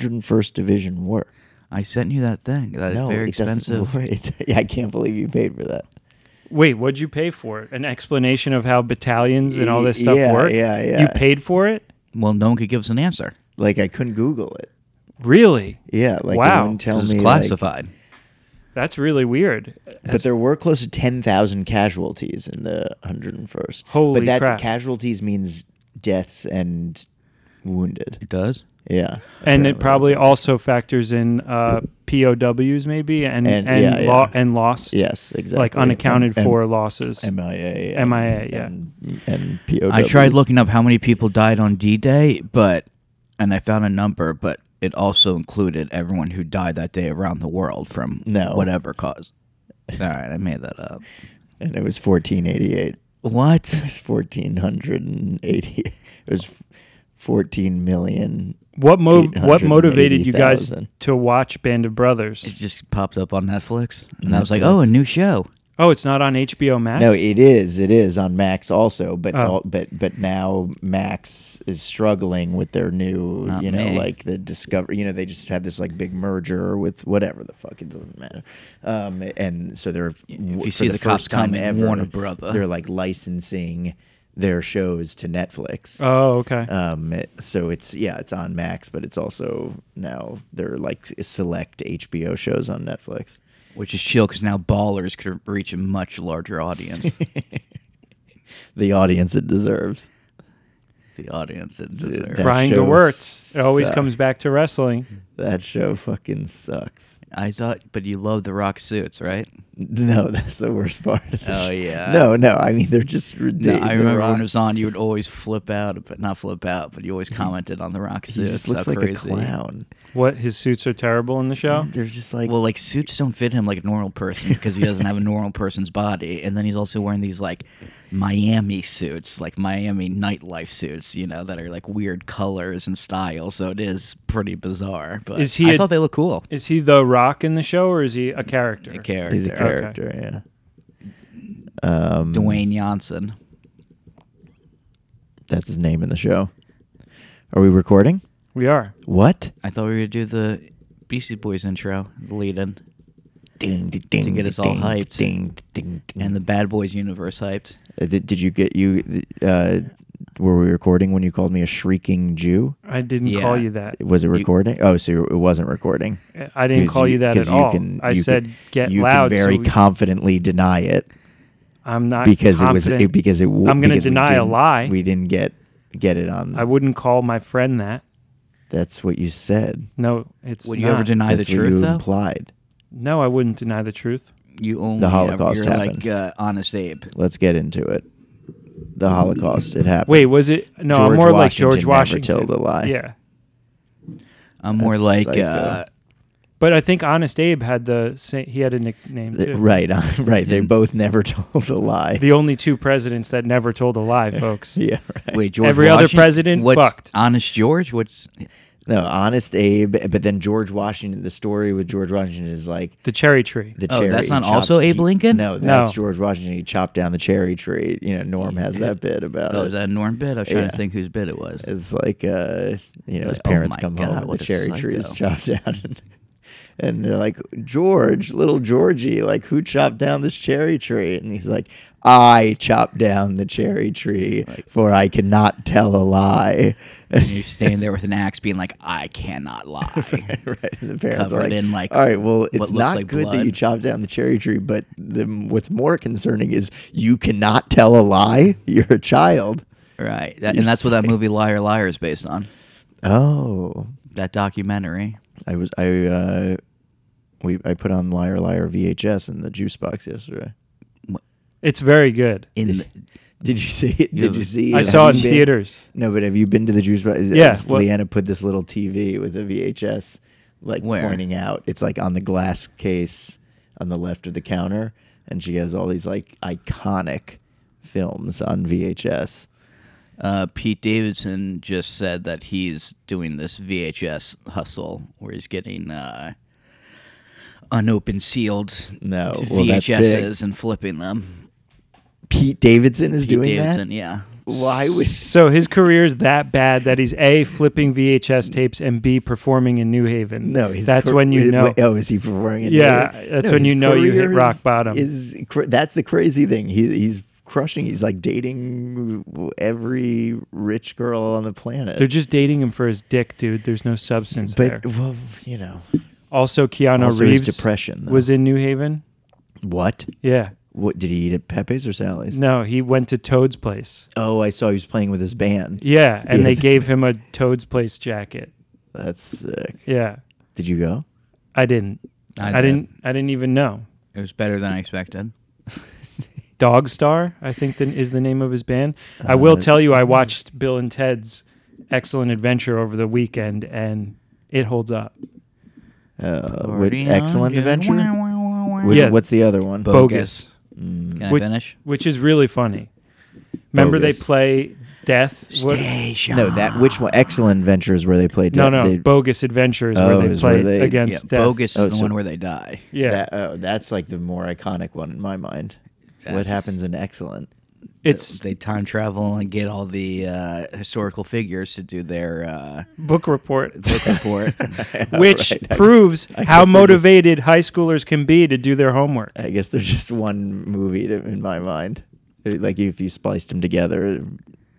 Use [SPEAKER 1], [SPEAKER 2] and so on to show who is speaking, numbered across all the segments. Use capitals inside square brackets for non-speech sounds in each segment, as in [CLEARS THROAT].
[SPEAKER 1] 101st Division work?
[SPEAKER 2] I sent you that thing. That is
[SPEAKER 1] no,
[SPEAKER 2] very
[SPEAKER 1] it doesn't [LAUGHS]
[SPEAKER 2] expensive.
[SPEAKER 1] work. It- I can't believe you paid for that.
[SPEAKER 3] Wait, what'd you pay for it? An explanation of how battalions and all this stuff
[SPEAKER 1] Yeah,
[SPEAKER 3] work?
[SPEAKER 1] yeah, yeah.
[SPEAKER 3] You paid for it?
[SPEAKER 2] Well, no one could give us an answer.
[SPEAKER 1] Like I couldn't Google it.
[SPEAKER 3] Really?
[SPEAKER 1] Yeah, like
[SPEAKER 3] Wow.
[SPEAKER 1] wow. wouldn't tell
[SPEAKER 2] It's
[SPEAKER 1] me. Like,
[SPEAKER 2] classified.
[SPEAKER 3] That's really weird.
[SPEAKER 1] but there were close to 10,000 casualties in the 101st.
[SPEAKER 3] Holy
[SPEAKER 1] but that
[SPEAKER 3] crap.
[SPEAKER 1] casualties means deaths and wounded.
[SPEAKER 2] it does.
[SPEAKER 1] Yeah.
[SPEAKER 3] and
[SPEAKER 1] apparently
[SPEAKER 3] it probably
[SPEAKER 1] that's-
[SPEAKER 3] also factors in uh, POWs maybe and and
[SPEAKER 1] And- yeah, yeah.
[SPEAKER 3] lo- and lost.
[SPEAKER 1] Yes, exactly.
[SPEAKER 3] Like unaccounted
[SPEAKER 1] And-
[SPEAKER 3] for
[SPEAKER 1] and
[SPEAKER 3] losses.
[SPEAKER 1] MIA. and-
[SPEAKER 3] MIA, yeah.
[SPEAKER 1] And, and POW.
[SPEAKER 2] I tried looking up how many people died on D-Day, but and I found a number, but it also included everyone who died that day around the world from
[SPEAKER 1] No.
[SPEAKER 2] whatever cause. All right, I made that up.
[SPEAKER 1] And it was 1488.
[SPEAKER 2] What?
[SPEAKER 1] It was 1480. [LAUGHS] It was 14 million.
[SPEAKER 3] what mo- what
[SPEAKER 1] 880,000.
[SPEAKER 3] motivated you guys to watch Band of
[SPEAKER 2] It
[SPEAKER 3] Brothers?
[SPEAKER 2] just popped up on Netflix, and I was like, "Oh, a new show."
[SPEAKER 3] Oh, it's not on HBO Max.
[SPEAKER 1] No, it is. It is on Max also, but
[SPEAKER 3] Oh.
[SPEAKER 1] all, but but now Max is struggling with their new,
[SPEAKER 2] Not
[SPEAKER 1] you know,
[SPEAKER 2] me.
[SPEAKER 1] like the discover. You know, they just had this like big merger with whatever the fuck. It doesn't matter. Um, and so they're
[SPEAKER 2] If
[SPEAKER 1] for
[SPEAKER 2] you see the cops
[SPEAKER 1] first time
[SPEAKER 2] coming,
[SPEAKER 1] ever,
[SPEAKER 2] Warner Brother.
[SPEAKER 1] They're like licensing their shows to Netflix.
[SPEAKER 3] oh, okay.
[SPEAKER 1] Um, so it's yeah, it's on Max, but it's also now there are like select HBO shows on Netflix.
[SPEAKER 2] Which is chill because now ballers could reach a much larger audience.
[SPEAKER 1] [LAUGHS] The audience it deserves.
[SPEAKER 2] the audience it
[SPEAKER 1] Dude,
[SPEAKER 2] deserves.
[SPEAKER 1] that-
[SPEAKER 3] Brian
[SPEAKER 1] show
[SPEAKER 3] Gewirtz. It always
[SPEAKER 1] sucked.
[SPEAKER 3] comes back to wrestling.
[SPEAKER 1] That show fucking sucks.
[SPEAKER 2] I thought, but you love the rock suits, right?
[SPEAKER 1] No, [LAUGHS] that's the worst part. Of the
[SPEAKER 2] Oh,
[SPEAKER 1] show.
[SPEAKER 2] yeah.
[SPEAKER 1] No, no, I mean they're just
[SPEAKER 2] No,
[SPEAKER 1] ridiculous.
[SPEAKER 2] I remember when it was on, you would always flip out, but not flip out, but you always commented on the rock
[SPEAKER 1] He
[SPEAKER 2] suits.
[SPEAKER 1] just looks
[SPEAKER 2] how
[SPEAKER 1] like
[SPEAKER 2] crazy.
[SPEAKER 1] a clown.
[SPEAKER 3] What his suits are terrible in the show.
[SPEAKER 1] They're just like
[SPEAKER 2] Well, like suits don't fit him like a normal person because he doesn't have a normal person's body, and then he's also wearing these like Miami suits, like Miami nightlife suits, you know, that are like weird colors and styles. So it is pretty bizarre. But
[SPEAKER 3] Is he
[SPEAKER 2] I
[SPEAKER 3] a-
[SPEAKER 2] thought they look cool.
[SPEAKER 3] Is he the Rock in the show, or is he a character?
[SPEAKER 2] A character,
[SPEAKER 1] he's a character. Yeah. Um,
[SPEAKER 2] Dwayne Johnson.
[SPEAKER 1] That's his name in the show. Are we recording?
[SPEAKER 3] We are.
[SPEAKER 1] What?
[SPEAKER 2] I thought we were gonna do the Beastie Boys intro, the lead-in,
[SPEAKER 1] Ding, ding, ding,
[SPEAKER 2] get us all
[SPEAKER 1] ding,
[SPEAKER 2] hyped.
[SPEAKER 1] Ding, ding, ding.
[SPEAKER 2] and the Bad Boys universe hyped.
[SPEAKER 1] Uh, Did, did you get you? Uh, were we recording when you called me a shrieking Jew?
[SPEAKER 3] I didn't call
[SPEAKER 2] Yeah.
[SPEAKER 3] you that.
[SPEAKER 1] Was it recording? oh, so it wasn't recording.
[SPEAKER 3] I didn't
[SPEAKER 1] 'Cause
[SPEAKER 3] call you that
[SPEAKER 1] 'cause
[SPEAKER 3] at all.
[SPEAKER 1] can-
[SPEAKER 3] I
[SPEAKER 1] you
[SPEAKER 3] said
[SPEAKER 1] can-
[SPEAKER 3] get
[SPEAKER 1] you
[SPEAKER 3] loud.
[SPEAKER 1] Can very
[SPEAKER 3] so we-
[SPEAKER 1] confidently deny it
[SPEAKER 3] I'm not
[SPEAKER 1] because it was
[SPEAKER 3] confident.
[SPEAKER 1] it, because it. w-
[SPEAKER 3] I'm gonna
[SPEAKER 1] because we
[SPEAKER 3] deny a
[SPEAKER 1] didn't-
[SPEAKER 3] lie.
[SPEAKER 1] We didn't get get it on.
[SPEAKER 3] I wouldn't call my friend that.
[SPEAKER 1] That's what you said.
[SPEAKER 3] No, it's
[SPEAKER 2] Would you
[SPEAKER 3] not.
[SPEAKER 2] ever deny
[SPEAKER 1] That's
[SPEAKER 2] the
[SPEAKER 1] what
[SPEAKER 2] truth
[SPEAKER 1] you
[SPEAKER 2] though?
[SPEAKER 1] implied.
[SPEAKER 3] No, I wouldn't deny the truth.
[SPEAKER 2] you only
[SPEAKER 1] Holocaust
[SPEAKER 2] you're like
[SPEAKER 1] happened.
[SPEAKER 2] uh, Honest Abe.
[SPEAKER 1] Let's get into it. The Holocaust. It happened.
[SPEAKER 3] Wait, was it? No, I'm
[SPEAKER 1] George
[SPEAKER 3] more like
[SPEAKER 1] Washington
[SPEAKER 3] George
[SPEAKER 1] never
[SPEAKER 3] Washington.
[SPEAKER 1] told a lie.
[SPEAKER 3] Yeah,
[SPEAKER 2] I'm more
[SPEAKER 1] That's
[SPEAKER 2] like
[SPEAKER 1] psycho. [LAUGHS]
[SPEAKER 2] uh,
[SPEAKER 3] but I think Honest Abe had the sa- he had a nickname
[SPEAKER 1] Th-
[SPEAKER 3] too. Mm-hmm.
[SPEAKER 1] right, uh, [LAUGHS] right. They both never [LAUGHS] told a lie.
[SPEAKER 3] The only two presidents that never told a lie,
[SPEAKER 1] [LAUGHS]
[SPEAKER 3] folks.
[SPEAKER 1] yeah, right.
[SPEAKER 2] wait George.
[SPEAKER 3] Every other
[SPEAKER 2] Washington?
[SPEAKER 3] president
[SPEAKER 2] What's
[SPEAKER 3] fucked.
[SPEAKER 2] Honest George. What's
[SPEAKER 1] No, Honest Abe, but then George Washington. The story with George Washington is like
[SPEAKER 3] The cherry tree.
[SPEAKER 1] the
[SPEAKER 2] Oh,
[SPEAKER 1] cherry.
[SPEAKER 2] that's not
[SPEAKER 1] chopped-
[SPEAKER 2] also Abe
[SPEAKER 1] he-
[SPEAKER 2] Lincoln?
[SPEAKER 1] No, that's
[SPEAKER 3] No.
[SPEAKER 1] George Washington. He chopped down the cherry tree. You know, Norm has that bit about
[SPEAKER 2] oh,
[SPEAKER 1] it.
[SPEAKER 2] is that a Norm bit? I was trying to
[SPEAKER 1] Yeah.
[SPEAKER 2] think whose bit it was.
[SPEAKER 1] It's like uh, you know, his
[SPEAKER 2] Like, oh
[SPEAKER 1] parents
[SPEAKER 2] my
[SPEAKER 1] come
[SPEAKER 2] God,
[SPEAKER 1] home and
[SPEAKER 2] what
[SPEAKER 1] the
[SPEAKER 2] a
[SPEAKER 1] cherry tree is
[SPEAKER 2] psycho.
[SPEAKER 1] chopped [LAUGHS] down, and, and they're like, George, little Georgie, like who chopped down this cherry tree? And he's like, I chopped down the cherry tree, for I cannot tell a lie. [LAUGHS]
[SPEAKER 2] And you're standing there with an axe, being like, "I cannot lie."
[SPEAKER 1] [LAUGHS] right. And the parents are
[SPEAKER 2] Covered
[SPEAKER 1] like,
[SPEAKER 2] in, like,
[SPEAKER 1] all right, well, it's
[SPEAKER 2] looks
[SPEAKER 1] not
[SPEAKER 2] like
[SPEAKER 1] good that
[SPEAKER 2] blood."
[SPEAKER 1] you chopped down the cherry tree, but the, what's more concerning is you cannot tell a lie. [LAUGHS] You're a child.
[SPEAKER 2] right, That-
[SPEAKER 1] You're
[SPEAKER 2] and that's what that
[SPEAKER 1] saying-
[SPEAKER 2] movie Liar Liar is based on.
[SPEAKER 1] Oh,
[SPEAKER 2] That documentary.
[SPEAKER 1] I was I uh, we I put on Liar Liar VHS in the juice box yesterday.
[SPEAKER 3] It's very good.
[SPEAKER 2] In the,
[SPEAKER 1] Did you see it? Did
[SPEAKER 2] Yeah.
[SPEAKER 1] you see?
[SPEAKER 3] I
[SPEAKER 1] it?
[SPEAKER 3] saw
[SPEAKER 1] Have
[SPEAKER 3] it
[SPEAKER 1] you
[SPEAKER 3] in
[SPEAKER 1] been-
[SPEAKER 3] theaters.
[SPEAKER 1] No, but have you been to the juice box?
[SPEAKER 3] Yeah,
[SPEAKER 1] It's-
[SPEAKER 3] well-
[SPEAKER 1] Leanna put this little TV with a VHS, like
[SPEAKER 2] Where?
[SPEAKER 1] pointing out. It's like on the glass case on the left of the counter, and she has all these like iconic films on VHS.
[SPEAKER 2] uh, Pete Davidson just said that he's doing this VHS hustle where he's getting uh, unopened, sealed
[SPEAKER 1] No, well, that's big.
[SPEAKER 2] VHSs and flipping them.
[SPEAKER 1] Pete Davidson is
[SPEAKER 2] Pete
[SPEAKER 1] doing
[SPEAKER 2] Davidson,
[SPEAKER 1] that.
[SPEAKER 2] yeah.
[SPEAKER 1] why would
[SPEAKER 3] [LAUGHS] So his career is that bad that he's a flipping VHS tapes and b performing in New
[SPEAKER 1] [LAUGHS]
[SPEAKER 3] Haven.
[SPEAKER 1] no? His
[SPEAKER 3] that's
[SPEAKER 1] car-
[SPEAKER 3] when you
[SPEAKER 1] wait,
[SPEAKER 3] know.
[SPEAKER 1] wait, Oh, is he performing? in
[SPEAKER 3] Yeah,
[SPEAKER 1] New York?
[SPEAKER 3] that's when
[SPEAKER 1] his
[SPEAKER 3] you know you hit
[SPEAKER 1] career
[SPEAKER 3] rock
[SPEAKER 1] is-
[SPEAKER 3] bottom.
[SPEAKER 1] Is cr- that's the crazy thing? He, he's crushing. He's like dating every rich girl on the planet.
[SPEAKER 3] They're just dating him for his dick, dude. There's no substance there.
[SPEAKER 1] but well, you know,
[SPEAKER 3] Also, Keanu
[SPEAKER 1] also his
[SPEAKER 3] Reeves
[SPEAKER 1] depression. though.
[SPEAKER 3] was in New Haven.
[SPEAKER 1] what?
[SPEAKER 3] Yeah.
[SPEAKER 1] What did he eat at Pepe's or Sally's?
[SPEAKER 3] No, he went to Toad's place.
[SPEAKER 1] Oh, I saw he was playing with his band.
[SPEAKER 3] Yeah, and
[SPEAKER 1] Yes.
[SPEAKER 3] they gave him a Toad's place jacket.
[SPEAKER 1] That's sick.
[SPEAKER 3] Yeah,
[SPEAKER 1] Did you go?
[SPEAKER 3] I didn't.
[SPEAKER 2] I
[SPEAKER 3] I,
[SPEAKER 2] did.
[SPEAKER 3] didn't. I didn't even know.
[SPEAKER 2] It was better than I expected.
[SPEAKER 3] Dog Star, I think, then is the name of his band. I
[SPEAKER 1] Uh,
[SPEAKER 3] will tell you, I watched Bill and Ted's Excellent Adventure over the weekend, and it holds up.
[SPEAKER 1] Uh, would-
[SPEAKER 2] Party on,
[SPEAKER 1] excellent
[SPEAKER 2] yeah.
[SPEAKER 1] adventure. Which-
[SPEAKER 3] Yeah.
[SPEAKER 1] What's the other one?
[SPEAKER 3] Bogus,
[SPEAKER 1] Mm.
[SPEAKER 2] Can I
[SPEAKER 3] Which-
[SPEAKER 2] finish?
[SPEAKER 3] which is really funny. Remember
[SPEAKER 1] Bogus.
[SPEAKER 3] they play Death. What-
[SPEAKER 2] Station.
[SPEAKER 1] No,
[SPEAKER 2] [SIGHS]
[SPEAKER 1] that which one? Excellent Adventure is where they play.
[SPEAKER 3] No,
[SPEAKER 1] de-
[SPEAKER 3] no,
[SPEAKER 1] they-
[SPEAKER 3] Bogus Adventure is
[SPEAKER 1] Oh,
[SPEAKER 3] where they
[SPEAKER 1] is where
[SPEAKER 3] play
[SPEAKER 1] they-
[SPEAKER 2] Yeah,
[SPEAKER 3] against Death.
[SPEAKER 2] bogus is
[SPEAKER 1] Oh,
[SPEAKER 2] the
[SPEAKER 1] so-
[SPEAKER 2] one where they die.
[SPEAKER 3] Yeah,
[SPEAKER 1] that- oh, that's like the more iconic one in my mind. What
[SPEAKER 2] That's-
[SPEAKER 1] happens in Excellent? uh,
[SPEAKER 3] it's
[SPEAKER 2] they time travel and get all the uh, historical figures to do their uh,
[SPEAKER 1] [LAUGHS]
[SPEAKER 3] book report.
[SPEAKER 2] book report.
[SPEAKER 3] [LAUGHS] which
[SPEAKER 1] Right, I guess-
[SPEAKER 3] proves
[SPEAKER 1] I
[SPEAKER 3] how
[SPEAKER 1] guess they're just-
[SPEAKER 3] motivated high schoolers can be to do their homework.
[SPEAKER 1] I guess there's [LAUGHS] just one movie to, in my mind. Like if you spliced them together,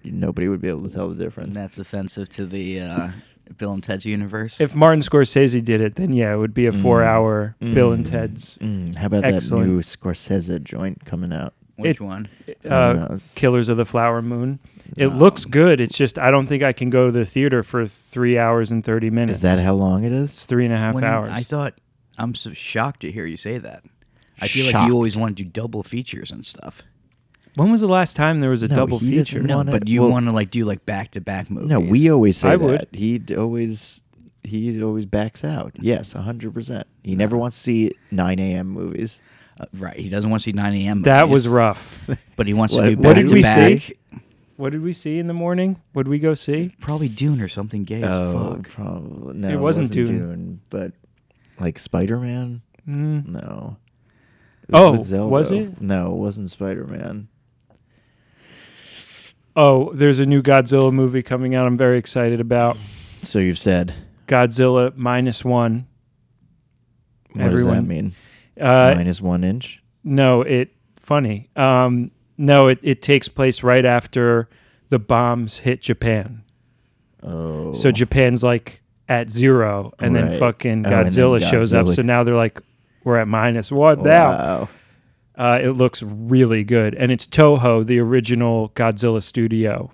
[SPEAKER 1] nobody would be able to tell the
[SPEAKER 2] and
[SPEAKER 1] difference.
[SPEAKER 2] that's offensive to the uh, Bill and Ted's universe.
[SPEAKER 3] If Martin Scorsese did it, then yeah, it would be a four-hour Bill and Ted's
[SPEAKER 1] Mm, how about
[SPEAKER 3] Excellent.
[SPEAKER 1] that new Scorsese joint coming out?
[SPEAKER 2] Which
[SPEAKER 3] it-
[SPEAKER 2] one?
[SPEAKER 1] don't know,
[SPEAKER 3] uh,
[SPEAKER 1] it's-
[SPEAKER 3] Killers of the Flower Moon. It looks good. It's just I don't think I can go to the theater for three hours and thirty minutes.
[SPEAKER 1] Is that how long it
[SPEAKER 3] It's
[SPEAKER 1] is?
[SPEAKER 3] three and a half
[SPEAKER 2] When you-
[SPEAKER 3] hours.
[SPEAKER 2] I thought I'm so shocked to hear you say that. I feel like
[SPEAKER 1] Shocked.
[SPEAKER 2] you always want to do double features and stuff.
[SPEAKER 3] when was the last time there was a
[SPEAKER 1] No,
[SPEAKER 3] double
[SPEAKER 1] he doesn't
[SPEAKER 3] feature?
[SPEAKER 1] know.
[SPEAKER 2] No,
[SPEAKER 1] Wanna-
[SPEAKER 2] but you
[SPEAKER 1] well-
[SPEAKER 2] want to like do like back to back movies.
[SPEAKER 1] No, we always say
[SPEAKER 3] I
[SPEAKER 1] that.
[SPEAKER 3] would.
[SPEAKER 1] He d- always he always backs out. Yes, hundred percent. He never wants to see nine a.m. movies.
[SPEAKER 2] Uh, right. He doesn't want to see 9 a.m.
[SPEAKER 3] That
[SPEAKER 2] movies,
[SPEAKER 1] [LAUGHS]
[SPEAKER 3] was rough.
[SPEAKER 2] [LAUGHS] But he wants
[SPEAKER 1] What-
[SPEAKER 2] to do.
[SPEAKER 1] what
[SPEAKER 2] Back
[SPEAKER 1] did
[SPEAKER 2] to
[SPEAKER 1] we
[SPEAKER 2] back.
[SPEAKER 3] see? what did we see in the morning? What did we
[SPEAKER 1] [LAUGHS]
[SPEAKER 3] go see?
[SPEAKER 2] Probably Dune or something gay
[SPEAKER 1] Oh.
[SPEAKER 2] as fuck.
[SPEAKER 1] probably no.
[SPEAKER 3] It wasn't Dune.
[SPEAKER 1] but like Spider Man.
[SPEAKER 3] Mm.
[SPEAKER 1] No. It
[SPEAKER 3] Oh,
[SPEAKER 1] with Zelda.
[SPEAKER 3] was it?
[SPEAKER 1] No, it wasn't Spider Man.
[SPEAKER 3] Oh, there's a new Godzilla movie coming out. I'm very excited about
[SPEAKER 1] So you've said.
[SPEAKER 3] Godzilla minus one.
[SPEAKER 1] What does
[SPEAKER 3] Everyone-
[SPEAKER 1] that mean?
[SPEAKER 3] Uh,
[SPEAKER 1] Minus one inch.
[SPEAKER 3] No, it funny. Um, no, it, it takes place right after the bombs hit Japan.
[SPEAKER 1] Oh,
[SPEAKER 3] So Japan's like at zero, and then
[SPEAKER 1] Right.
[SPEAKER 3] fucking
[SPEAKER 1] Oh, and then
[SPEAKER 3] Godzilla, shows up.
[SPEAKER 1] Godzilla-
[SPEAKER 3] So now they're like, we're at minus one now.
[SPEAKER 1] wow.
[SPEAKER 3] Uh, it looks really good, and it's Toho, the original Godzilla studio.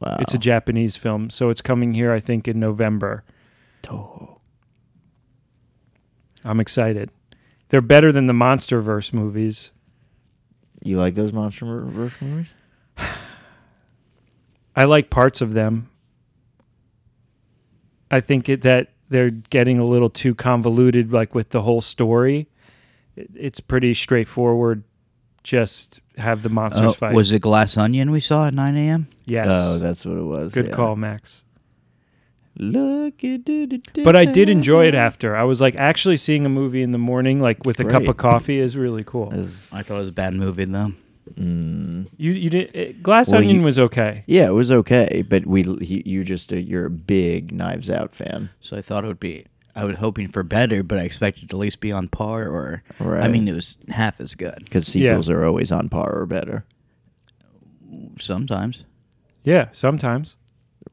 [SPEAKER 1] Wow.
[SPEAKER 3] It's a Japanese film, so it's coming here, I think, in November.
[SPEAKER 1] Toho.
[SPEAKER 3] I'm excited. They're better than the MonsterVerse movies.
[SPEAKER 1] You like those monster mo- verse movies?
[SPEAKER 3] I like parts of them. I think it, that they're getting a little too convoluted, like with the whole story. It- It's pretty straightforward. Just have the monsters
[SPEAKER 2] Oh,
[SPEAKER 3] fight.
[SPEAKER 2] was it Glass Onion we saw at 9 a.m.?
[SPEAKER 3] yes.
[SPEAKER 1] Oh, that's what it was.
[SPEAKER 3] Good
[SPEAKER 1] yeah.
[SPEAKER 3] call, Max.
[SPEAKER 1] Look, it did it.
[SPEAKER 3] But I did enjoy it after. I was like, actually seeing a movie in the morning, like with a cup
[SPEAKER 1] great. Uh,
[SPEAKER 3] of coffee, is really cool.
[SPEAKER 2] I thought it was a bad movie though.
[SPEAKER 1] Mm,
[SPEAKER 3] You, you did. It, Glass
[SPEAKER 1] Well,
[SPEAKER 3] Onion
[SPEAKER 1] you-
[SPEAKER 3] was okay.
[SPEAKER 1] yeah, it was okay. But we, he, you just, uh, you're a big Knives Out fan.
[SPEAKER 2] So I thought it would be. I was hoping for better, but I expected to at least be on par, or I
[SPEAKER 1] Right.
[SPEAKER 2] mean, it was half as good
[SPEAKER 1] Because
[SPEAKER 3] Yeah.
[SPEAKER 1] sequels are always on par or better.
[SPEAKER 2] sometimes.
[SPEAKER 3] Yeah, sometimes.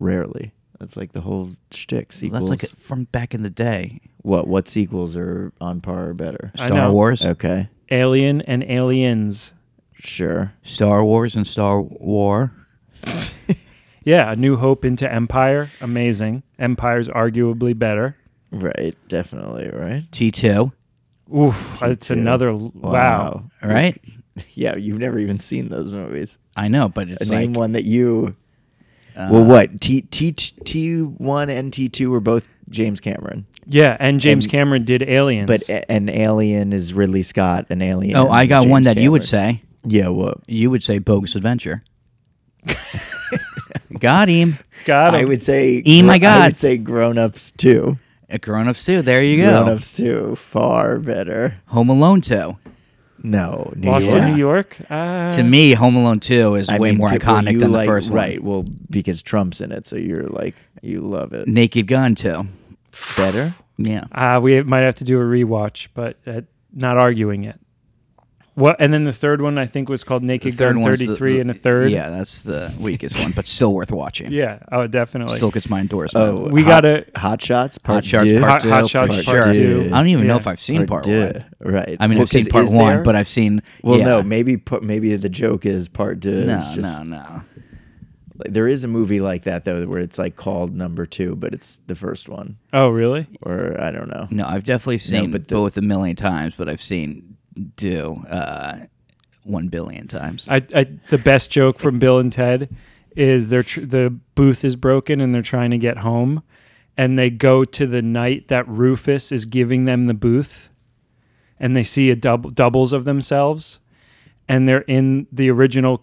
[SPEAKER 1] Rarely. That's like the whole shtick.
[SPEAKER 2] Well,
[SPEAKER 1] Sequels.
[SPEAKER 2] That's like from back in the day.
[SPEAKER 1] what? What sequels are on par or better?
[SPEAKER 3] I
[SPEAKER 2] Star
[SPEAKER 3] know.
[SPEAKER 2] Wars,
[SPEAKER 1] Okay,
[SPEAKER 3] Alien and Aliens.
[SPEAKER 1] sure.
[SPEAKER 2] Star Wars, and Star War.
[SPEAKER 3] Yeah, A New Hope into Empire, amazing. Empire's arguably better.
[SPEAKER 1] Right, definitely. Right.
[SPEAKER 2] T two.
[SPEAKER 3] Oof, it's
[SPEAKER 1] T2.
[SPEAKER 3] another wow. wow.
[SPEAKER 2] All right,
[SPEAKER 1] Yeah, you've never even seen those movies.
[SPEAKER 2] I know, but it's like
[SPEAKER 1] Name one that you.
[SPEAKER 2] uh,
[SPEAKER 1] well, what T T T one and T two were both James Cameron,
[SPEAKER 3] Yeah, and James
[SPEAKER 1] And-
[SPEAKER 3] Cameron did Aliens.
[SPEAKER 1] but
[SPEAKER 2] uh,
[SPEAKER 1] a- an Alien is Ridley Scott. An Alien.
[SPEAKER 2] Oh, I
[SPEAKER 1] is
[SPEAKER 2] got one
[SPEAKER 1] James
[SPEAKER 2] that you would
[SPEAKER 1] Cameron.
[SPEAKER 2] say.
[SPEAKER 1] Yeah. What?
[SPEAKER 2] You would say
[SPEAKER 1] [LAUGHS]
[SPEAKER 2] Bogus Adventure. got him.
[SPEAKER 3] God,
[SPEAKER 1] I would say.
[SPEAKER 2] Eh, my
[SPEAKER 1] I
[SPEAKER 2] God.
[SPEAKER 1] would say Grown Ups two.
[SPEAKER 2] A grown ups too. There you
[SPEAKER 1] Grown
[SPEAKER 2] go.
[SPEAKER 1] Ups two, far better.
[SPEAKER 2] Home Alone two.
[SPEAKER 1] No, New
[SPEAKER 3] Lost
[SPEAKER 1] York.
[SPEAKER 3] in New York. Uh,
[SPEAKER 2] to me, Home Alone Two is
[SPEAKER 1] I
[SPEAKER 2] way
[SPEAKER 1] mean,
[SPEAKER 2] more
[SPEAKER 1] well,
[SPEAKER 2] iconic
[SPEAKER 1] you
[SPEAKER 2] than
[SPEAKER 1] like-
[SPEAKER 2] the first
[SPEAKER 1] Right.
[SPEAKER 2] one.
[SPEAKER 1] Well, because Trump's in it, so you're like you love it
[SPEAKER 2] Naked Gun Two.
[SPEAKER 1] better.
[SPEAKER 2] Yeah.
[SPEAKER 3] uh, we might have to do a rewatch, but uh, not arguing it. What? And then the third one I think was called Naked
[SPEAKER 2] third
[SPEAKER 3] Gun
[SPEAKER 2] one's the-
[SPEAKER 3] Thirty Three and a third.
[SPEAKER 2] Yeah, that's the weakest one, but still worth watching.
[SPEAKER 3] Yeah. Oh, definitely.
[SPEAKER 2] Still gets my endorsement.
[SPEAKER 1] Oh,
[SPEAKER 3] We
[SPEAKER 1] hot,
[SPEAKER 3] gotta-
[SPEAKER 1] Hot Shots Part
[SPEAKER 2] Hot Shots
[SPEAKER 1] Deux?
[SPEAKER 2] Part
[SPEAKER 3] Hot-
[SPEAKER 2] Two.
[SPEAKER 3] Hot
[SPEAKER 2] for
[SPEAKER 3] Shots
[SPEAKER 1] Part
[SPEAKER 2] sure.
[SPEAKER 1] Two.
[SPEAKER 2] I don't even know
[SPEAKER 3] Yeah.
[SPEAKER 2] if I've seen
[SPEAKER 1] Part
[SPEAKER 2] Part
[SPEAKER 1] Deux,
[SPEAKER 2] One.
[SPEAKER 1] Right.
[SPEAKER 2] I mean,
[SPEAKER 1] Well,
[SPEAKER 2] I've seen
[SPEAKER 1] 'cause
[SPEAKER 2] Part
[SPEAKER 1] is
[SPEAKER 2] One,
[SPEAKER 1] there-
[SPEAKER 2] but I've seen.
[SPEAKER 1] well,
[SPEAKER 2] yeah.
[SPEAKER 1] no. Maybe put, maybe the joke is Part Deux.
[SPEAKER 2] no,
[SPEAKER 1] is just,
[SPEAKER 2] no, no.
[SPEAKER 1] like, there is a movie like that though, where it's like called Number Two, but it's the first one,
[SPEAKER 3] oh, really?
[SPEAKER 1] or I don't know.
[SPEAKER 2] No, I've definitely seen
[SPEAKER 1] but the-
[SPEAKER 2] both a million times, but I've seen do uh, one billion times.
[SPEAKER 3] I, I the best joke from Bill and Ted is they're tr- the booth is broken and they're trying to get home, and they go to the night that Rufus is giving them the booth, and they see a double doubles of themselves, and they're in the original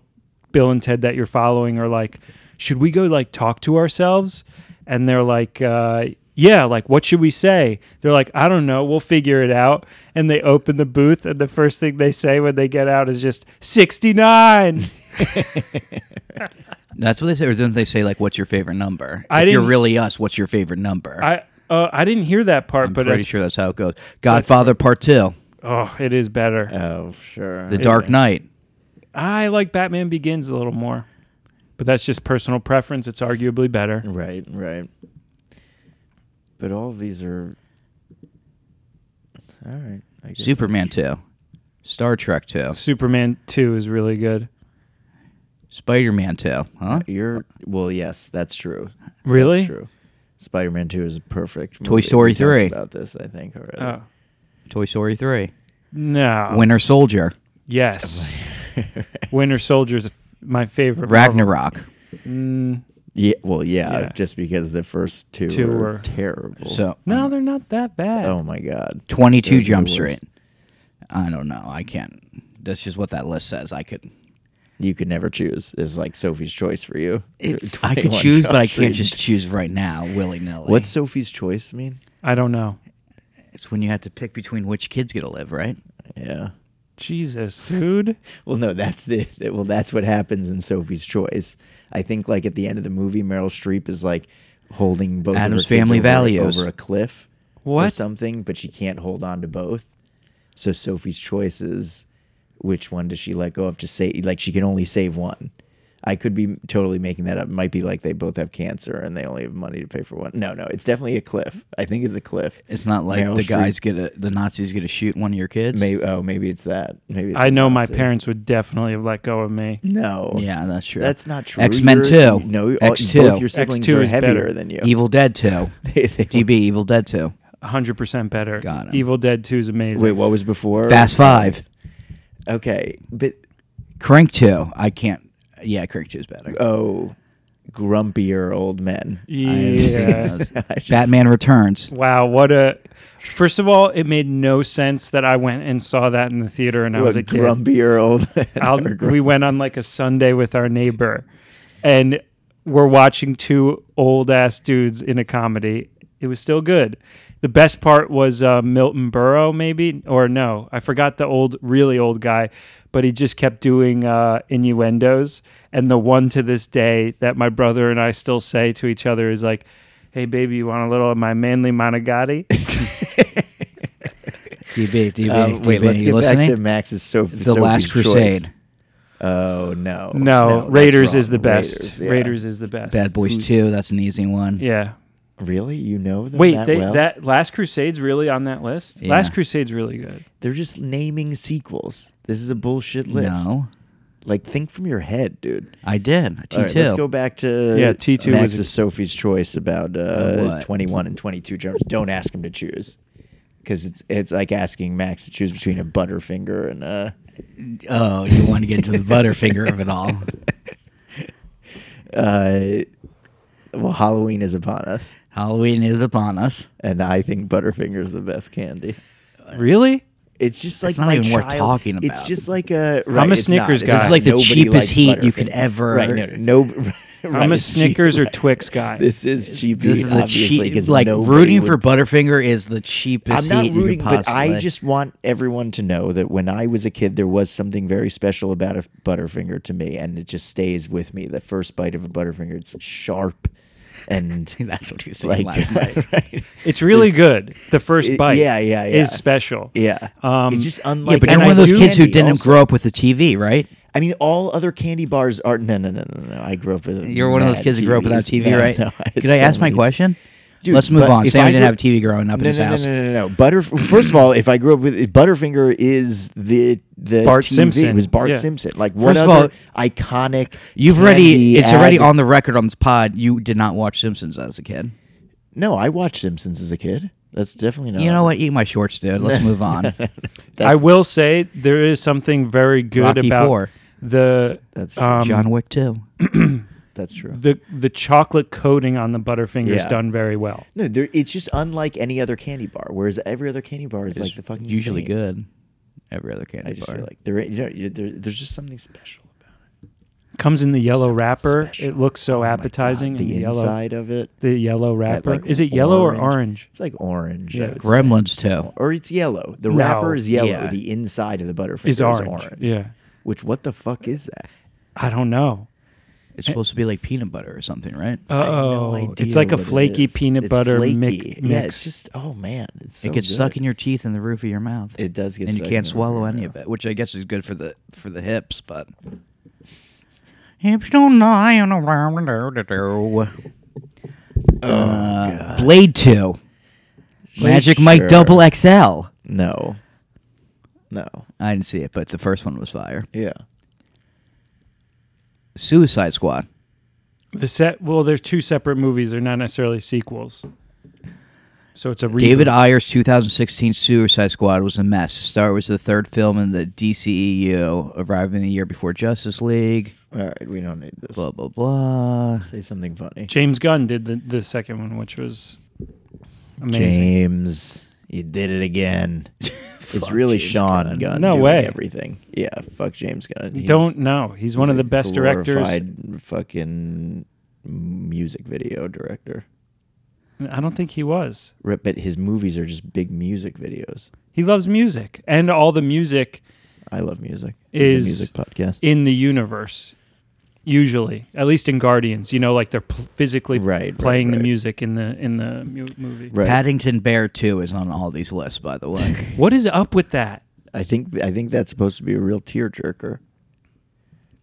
[SPEAKER 3] Bill and Ted that you're following are like, should we go like talk to ourselves? And they're like, uh, yeah, like what should we say? They're like, I don't know, we'll figure it out. And they open the booth, and the first thing they say when they get out is just 69.
[SPEAKER 2] That's what they say, or don't they say like, "What's your favorite number?"
[SPEAKER 3] I
[SPEAKER 2] if you're
[SPEAKER 3] didn't-
[SPEAKER 2] really us, what's your favorite number?
[SPEAKER 3] I uh, I didn't hear that part,
[SPEAKER 2] am
[SPEAKER 3] but
[SPEAKER 2] pretty
[SPEAKER 3] it,
[SPEAKER 2] sure that's how it goes. Godfather Part Two,
[SPEAKER 3] oh, it is better.
[SPEAKER 1] Oh, sure.
[SPEAKER 2] The Dark Knight.
[SPEAKER 3] I like Batman Begins a little more, but that's just personal preference. It's arguably better.
[SPEAKER 1] Right, right. But all these are. All right. I guess
[SPEAKER 2] Superman Two, Star Trek Two,
[SPEAKER 3] Superman 2 is really good.
[SPEAKER 2] Spider Man Two. Huh?
[SPEAKER 1] Uh, You're well, yes, that's true.
[SPEAKER 3] Really?
[SPEAKER 1] That's true. Spider-Man Two is a perfect.
[SPEAKER 2] Toy
[SPEAKER 1] movie.
[SPEAKER 2] Story
[SPEAKER 1] We talked
[SPEAKER 2] 3.
[SPEAKER 1] About this, I think already.
[SPEAKER 3] Oh.
[SPEAKER 2] Toy Story Three,
[SPEAKER 1] Uh,
[SPEAKER 3] No.
[SPEAKER 2] Winter Soldier,
[SPEAKER 1] [LAUGHS]
[SPEAKER 3] Yes. Winter Soldier's my favorite. Marvel.
[SPEAKER 2] Ragnarok.
[SPEAKER 3] Mm,
[SPEAKER 1] yeah. Well, yeah,
[SPEAKER 3] Yeah.
[SPEAKER 1] Just because the first two,
[SPEAKER 3] Two
[SPEAKER 1] were,
[SPEAKER 3] were-
[SPEAKER 1] terrible.
[SPEAKER 2] So
[SPEAKER 3] no, they're not that bad.
[SPEAKER 1] Hmm. Oh my God.
[SPEAKER 2] Twenty Two
[SPEAKER 1] Those are
[SPEAKER 2] Jump
[SPEAKER 1] the
[SPEAKER 2] Street.
[SPEAKER 1] worst.
[SPEAKER 2] I don't know. I can't. That's just what that list says. I could.
[SPEAKER 1] You could never choose. It's like Sophie's choice for you. [LAUGHS]
[SPEAKER 2] It's, I could
[SPEAKER 1] 21
[SPEAKER 2] choose, but I
[SPEAKER 1] Jump
[SPEAKER 2] can't
[SPEAKER 1] Street.
[SPEAKER 2] just choose right now, willy nilly.
[SPEAKER 1] What's Sophie's choice mean?
[SPEAKER 3] I don't know.
[SPEAKER 2] It's when you have to pick between which kid's gonna live, right?
[SPEAKER 1] Yeah.
[SPEAKER 3] Jesus, dude.
[SPEAKER 1] Well, no, that's the that- well, that's what happens in Sophie's Choice. I think like at the end of the movie, Meryl Streep is like holding both of her
[SPEAKER 2] Adam's
[SPEAKER 1] kids
[SPEAKER 2] Family
[SPEAKER 1] over,
[SPEAKER 2] Values.
[SPEAKER 1] over a cliff or
[SPEAKER 3] What?
[SPEAKER 1] something, but she can't hold on to both. So Sophie's Choice is which one does she let go of to save? Like she can only save one. I could be totally making that up. It might be like they both have cancer and they only have money to pay for one. No, no, it's definitely a cliff. I think it's a cliff.
[SPEAKER 2] It's not like
[SPEAKER 1] Meryl
[SPEAKER 2] the
[SPEAKER 1] Streep-
[SPEAKER 2] guys gonna the Nazis gonna shoot one of your kids.
[SPEAKER 1] Maybe oh, maybe it's that. Maybe it's
[SPEAKER 3] I
[SPEAKER 1] a
[SPEAKER 3] know my
[SPEAKER 1] Nazi.
[SPEAKER 3] parents would definitely have let go of me.
[SPEAKER 1] No.
[SPEAKER 2] Yeah, that's true.
[SPEAKER 1] That's not true.
[SPEAKER 2] X-Men
[SPEAKER 1] You're-
[SPEAKER 2] 2.
[SPEAKER 1] No, all-
[SPEAKER 2] X2.
[SPEAKER 1] both your siblings
[SPEAKER 3] X2
[SPEAKER 1] are
[SPEAKER 3] is
[SPEAKER 1] heavier
[SPEAKER 3] better.
[SPEAKER 1] than you.
[SPEAKER 2] Evil Dead Two.
[SPEAKER 1] [LAUGHS] They- they were-
[SPEAKER 2] DB Evil Dead Two.
[SPEAKER 3] 100% better.
[SPEAKER 2] Got him.
[SPEAKER 3] Evil Dead 2 is amazing.
[SPEAKER 1] Wait, what was before?
[SPEAKER 2] Fast Five.
[SPEAKER 1] Okay, but
[SPEAKER 2] Crank Two. I can't. Yeah, Crank Two is better.
[SPEAKER 1] oh, grumpier old men.
[SPEAKER 3] yeah.
[SPEAKER 1] [LAUGHS] I just-
[SPEAKER 2] Batman Returns.
[SPEAKER 3] wow, what a. First of all, it made no sense that I went and saw that in the theater and I
[SPEAKER 1] what,
[SPEAKER 3] was a kid.
[SPEAKER 1] grumpier old
[SPEAKER 3] [LAUGHS]
[SPEAKER 1] men.
[SPEAKER 3] I'll,
[SPEAKER 1] are grum-
[SPEAKER 3] we went on like a Sunday with our neighbor, and we're watching two old ass dudes in a comedy. It was still good. The best part was uh, Milton Burrow, maybe or no, I forgot the old, really old guy, but he just kept doing uh, innuendos. And the one to this day that my brother and I still say to each other is like, "Hey, baby, you want a little of my manly Monogatti?"
[SPEAKER 2] DB DB.
[SPEAKER 1] Um, wait,
[SPEAKER 2] DB,
[SPEAKER 1] let's
[SPEAKER 2] you
[SPEAKER 1] get back
[SPEAKER 2] listening?
[SPEAKER 1] to Max's Sophie.
[SPEAKER 2] The Last Crusade.
[SPEAKER 1] Oh no,
[SPEAKER 3] no,
[SPEAKER 1] that's
[SPEAKER 3] Raiders
[SPEAKER 1] wrong.
[SPEAKER 3] is the best. Raiders,
[SPEAKER 1] Raiders, yeah.
[SPEAKER 3] is the best.
[SPEAKER 2] Bad Boys Two. That's an easy one.
[SPEAKER 3] Yeah.
[SPEAKER 1] Really, you know them
[SPEAKER 3] Wait,
[SPEAKER 1] that
[SPEAKER 3] they,
[SPEAKER 1] well?
[SPEAKER 3] that Last Crusade's really on that list.
[SPEAKER 2] Yeah.
[SPEAKER 3] Last Crusade's really good.
[SPEAKER 1] They're just naming sequels. This is a bullshit list.
[SPEAKER 2] No,
[SPEAKER 1] Like, think from your head, dude.
[SPEAKER 2] I did. T
[SPEAKER 1] All right, let's go
[SPEAKER 2] Two.
[SPEAKER 1] back to
[SPEAKER 3] Yeah, T2 was
[SPEAKER 1] Max's
[SPEAKER 3] a-
[SPEAKER 1] Sophie's choice about
[SPEAKER 2] Uh,
[SPEAKER 1] uh,
[SPEAKER 2] what?
[SPEAKER 1] 21 and 22 germs. Don't ask him to choose because it's it's like asking Max to choose between a Butterfinger and uh
[SPEAKER 2] Oh, you want to get to the Butterfinger of
[SPEAKER 1] [LAUGHS]
[SPEAKER 2] it all?
[SPEAKER 1] uh well Halloween is upon us
[SPEAKER 2] Halloween is upon us.
[SPEAKER 1] and I think Butterfinger is the best candy.
[SPEAKER 3] Really?
[SPEAKER 1] It's just like
[SPEAKER 2] not
[SPEAKER 1] my
[SPEAKER 2] even worth
[SPEAKER 1] child-
[SPEAKER 2] talking
[SPEAKER 1] It's
[SPEAKER 2] about.
[SPEAKER 1] just like a right,
[SPEAKER 3] a
[SPEAKER 1] it's
[SPEAKER 3] Snickers
[SPEAKER 1] not.
[SPEAKER 3] guy.
[SPEAKER 1] It's
[SPEAKER 3] This is
[SPEAKER 2] like the
[SPEAKER 1] nobody
[SPEAKER 2] cheapest
[SPEAKER 1] likes
[SPEAKER 2] heat you
[SPEAKER 1] Butterfinger.
[SPEAKER 2] could ever-
[SPEAKER 1] Right, no, [LAUGHS] no,
[SPEAKER 3] I'm a
[SPEAKER 1] it's cheap,
[SPEAKER 3] Snickers or
[SPEAKER 1] right.
[SPEAKER 3] Twix guy.
[SPEAKER 1] This is cheap.
[SPEAKER 2] This is the
[SPEAKER 1] obviously,
[SPEAKER 2] cheap.
[SPEAKER 1] because
[SPEAKER 2] Like
[SPEAKER 1] nobody
[SPEAKER 2] rooting
[SPEAKER 1] would
[SPEAKER 2] for Butterfinger is the cheapest.
[SPEAKER 1] I'm not
[SPEAKER 2] seat you
[SPEAKER 1] rooting,
[SPEAKER 2] could
[SPEAKER 1] but I
[SPEAKER 2] possibly-
[SPEAKER 1] just want everyone to know that when I was a kid, there was something very special about a Butterfinger to me, and it just stays with me. The first bite of a Butterfinger, it's sharp,
[SPEAKER 2] [LAUGHS]
[SPEAKER 1] and
[SPEAKER 2] [LAUGHS] That's what he was
[SPEAKER 1] like [LAUGHS]
[SPEAKER 2] saying last night.
[SPEAKER 1] right.
[SPEAKER 3] it's really good. The first
[SPEAKER 1] It-
[SPEAKER 3] bite,
[SPEAKER 1] yeah, yeah, yeah.
[SPEAKER 3] is special.
[SPEAKER 1] yeah.
[SPEAKER 3] Um,
[SPEAKER 1] it's just unlike.
[SPEAKER 2] Yeah, but
[SPEAKER 1] and I
[SPEAKER 2] you're one of those
[SPEAKER 1] do-
[SPEAKER 2] kids who
[SPEAKER 1] candy
[SPEAKER 2] didn't
[SPEAKER 1] also.
[SPEAKER 2] grow up with the TV, right?
[SPEAKER 1] I mean, all other candy bars are no, no, no, no, no. I grew up with.
[SPEAKER 2] You're one of those
[SPEAKER 1] mad
[SPEAKER 2] kids who grew up without
[SPEAKER 1] TVs. [LAUGHS]
[SPEAKER 2] TV,
[SPEAKER 1] No,
[SPEAKER 2] right?
[SPEAKER 1] no, I had
[SPEAKER 2] Could I
[SPEAKER 1] so
[SPEAKER 2] ask my
[SPEAKER 1] many-
[SPEAKER 2] question?
[SPEAKER 1] Dude,
[SPEAKER 2] Let's move
[SPEAKER 1] but
[SPEAKER 2] on.
[SPEAKER 1] if
[SPEAKER 2] Sammy
[SPEAKER 1] I
[SPEAKER 2] didn't
[SPEAKER 1] grew-
[SPEAKER 2] have TV growing up
[SPEAKER 1] no,
[SPEAKER 2] in his
[SPEAKER 1] no,
[SPEAKER 2] house.
[SPEAKER 1] No, no, no, no, no. Butter. First of all, if I grew up with Butterfinger is the the
[SPEAKER 3] Bart
[SPEAKER 1] TV.
[SPEAKER 3] Simpson.
[SPEAKER 1] It was Bart
[SPEAKER 3] Yeah.
[SPEAKER 1] Simpson. Like what
[SPEAKER 2] First of
[SPEAKER 1] other iconic?
[SPEAKER 2] You've already
[SPEAKER 1] candy
[SPEAKER 2] it's already
[SPEAKER 1] ad-
[SPEAKER 2] on the record on this pod. You did not watch Simpsons as a kid.
[SPEAKER 1] No, I watched Simpsons as a kid. That's definitely not.
[SPEAKER 2] You know
[SPEAKER 1] [LAUGHS]
[SPEAKER 2] what? Eat my shorts, dude. Let's move on.
[SPEAKER 3] I will say there is something very good
[SPEAKER 2] Rocky
[SPEAKER 3] about
[SPEAKER 2] Four.
[SPEAKER 3] the
[SPEAKER 1] That's
[SPEAKER 3] um,
[SPEAKER 2] John Wick too.
[SPEAKER 1] that's true.
[SPEAKER 3] the the chocolate coating on the Butterfinger is
[SPEAKER 1] Yeah.
[SPEAKER 3] done very well.
[SPEAKER 1] No, there, it's just unlike any other candy bar. Whereas every other candy bar is like the fucking
[SPEAKER 2] Usually
[SPEAKER 1] same.
[SPEAKER 2] good. Every other candy
[SPEAKER 1] I just
[SPEAKER 2] bar.
[SPEAKER 1] feel like there, you know, you- there, there's just something special about it.
[SPEAKER 3] Comes in the yellow
[SPEAKER 1] Something
[SPEAKER 3] wrapper. It
[SPEAKER 1] special.
[SPEAKER 3] looks so
[SPEAKER 1] Oh my God,
[SPEAKER 3] appetizing. in
[SPEAKER 1] the
[SPEAKER 3] the yellow,
[SPEAKER 1] inside of it.
[SPEAKER 3] the yellow
[SPEAKER 1] that,
[SPEAKER 3] wrapper.
[SPEAKER 1] like,
[SPEAKER 3] is it yellow or orange?
[SPEAKER 1] It's like orange.
[SPEAKER 3] Yeah.
[SPEAKER 1] I would say.
[SPEAKER 2] Gremlins too.
[SPEAKER 1] or it's yellow. The
[SPEAKER 3] No.
[SPEAKER 1] wrapper is yellow.
[SPEAKER 2] Yeah.
[SPEAKER 1] The inside of the butterfinger
[SPEAKER 3] Is
[SPEAKER 1] is
[SPEAKER 3] orange.
[SPEAKER 1] orange.
[SPEAKER 3] Yeah.
[SPEAKER 1] Which what the fuck is that?
[SPEAKER 3] I don't know.
[SPEAKER 2] It's supposed to be like peanut butter or something, right?
[SPEAKER 1] I have no
[SPEAKER 3] Oh,
[SPEAKER 1] idea
[SPEAKER 3] it's like a
[SPEAKER 1] what it
[SPEAKER 3] flaky
[SPEAKER 1] is.
[SPEAKER 3] peanut
[SPEAKER 1] It's
[SPEAKER 3] butter
[SPEAKER 1] flaky.
[SPEAKER 3] mic- mix.
[SPEAKER 1] Yeah, it's just oh man, it's so
[SPEAKER 2] it gets
[SPEAKER 1] good.
[SPEAKER 2] stuck in your teeth and the roof of your mouth.
[SPEAKER 1] It does get
[SPEAKER 2] and you
[SPEAKER 1] stuck
[SPEAKER 2] can't
[SPEAKER 1] in the roof of
[SPEAKER 2] swallow
[SPEAKER 1] your
[SPEAKER 2] any of
[SPEAKER 1] mouth.
[SPEAKER 2] it, which I guess is good for the for the hips, but hips don't lie on a uh,
[SPEAKER 1] Oh, God.
[SPEAKER 2] Blade Two, Magic Mike
[SPEAKER 1] Sure.
[SPEAKER 2] Double XL.
[SPEAKER 1] No, no,
[SPEAKER 2] I didn't see it, but the first one was fire.
[SPEAKER 1] yeah.
[SPEAKER 2] Suicide Squad.
[SPEAKER 3] The set. Well, they're two separate movies. They're not necessarily sequels. So it's a reboot.
[SPEAKER 2] David Iyer's 2016 Suicide Squad was a mess. Star was the third film in the DCEU, arriving the year before Justice League.
[SPEAKER 1] All right, we don't need this.
[SPEAKER 2] Blah blah blah.
[SPEAKER 1] Say something funny.
[SPEAKER 3] James Gunn did the, the second one, which was amazing.
[SPEAKER 1] James, you did it again. [LAUGHS] it's
[SPEAKER 2] Fuck
[SPEAKER 1] really
[SPEAKER 2] James
[SPEAKER 1] Sean Gunn.
[SPEAKER 3] No
[SPEAKER 1] doing
[SPEAKER 3] way.
[SPEAKER 1] Everything. Yeah, fuck James Gunn. He's-
[SPEAKER 3] Don't know. He's one of the
[SPEAKER 1] a
[SPEAKER 3] best directors.
[SPEAKER 1] glorified Fucking music video director.
[SPEAKER 3] I don't think he was.
[SPEAKER 1] Re- But his movies are just big music videos.
[SPEAKER 3] He loves music, and all the music
[SPEAKER 1] I love music.
[SPEAKER 3] Is-
[SPEAKER 1] it's a music podcast.
[SPEAKER 3] in the universe. Usually, at least in Guardians, you know, like they're pl- physically
[SPEAKER 1] Right, right,
[SPEAKER 3] playing the
[SPEAKER 1] right.
[SPEAKER 3] music in the in the mu- movie.
[SPEAKER 1] Right.
[SPEAKER 2] Paddington Bear 2 is on all these lists, by
[SPEAKER 1] [LAUGHS]
[SPEAKER 2] the way.
[SPEAKER 3] What is
[SPEAKER 1] Oh.
[SPEAKER 3] up with that?
[SPEAKER 1] I think I think that's supposed to be a real tearjerker.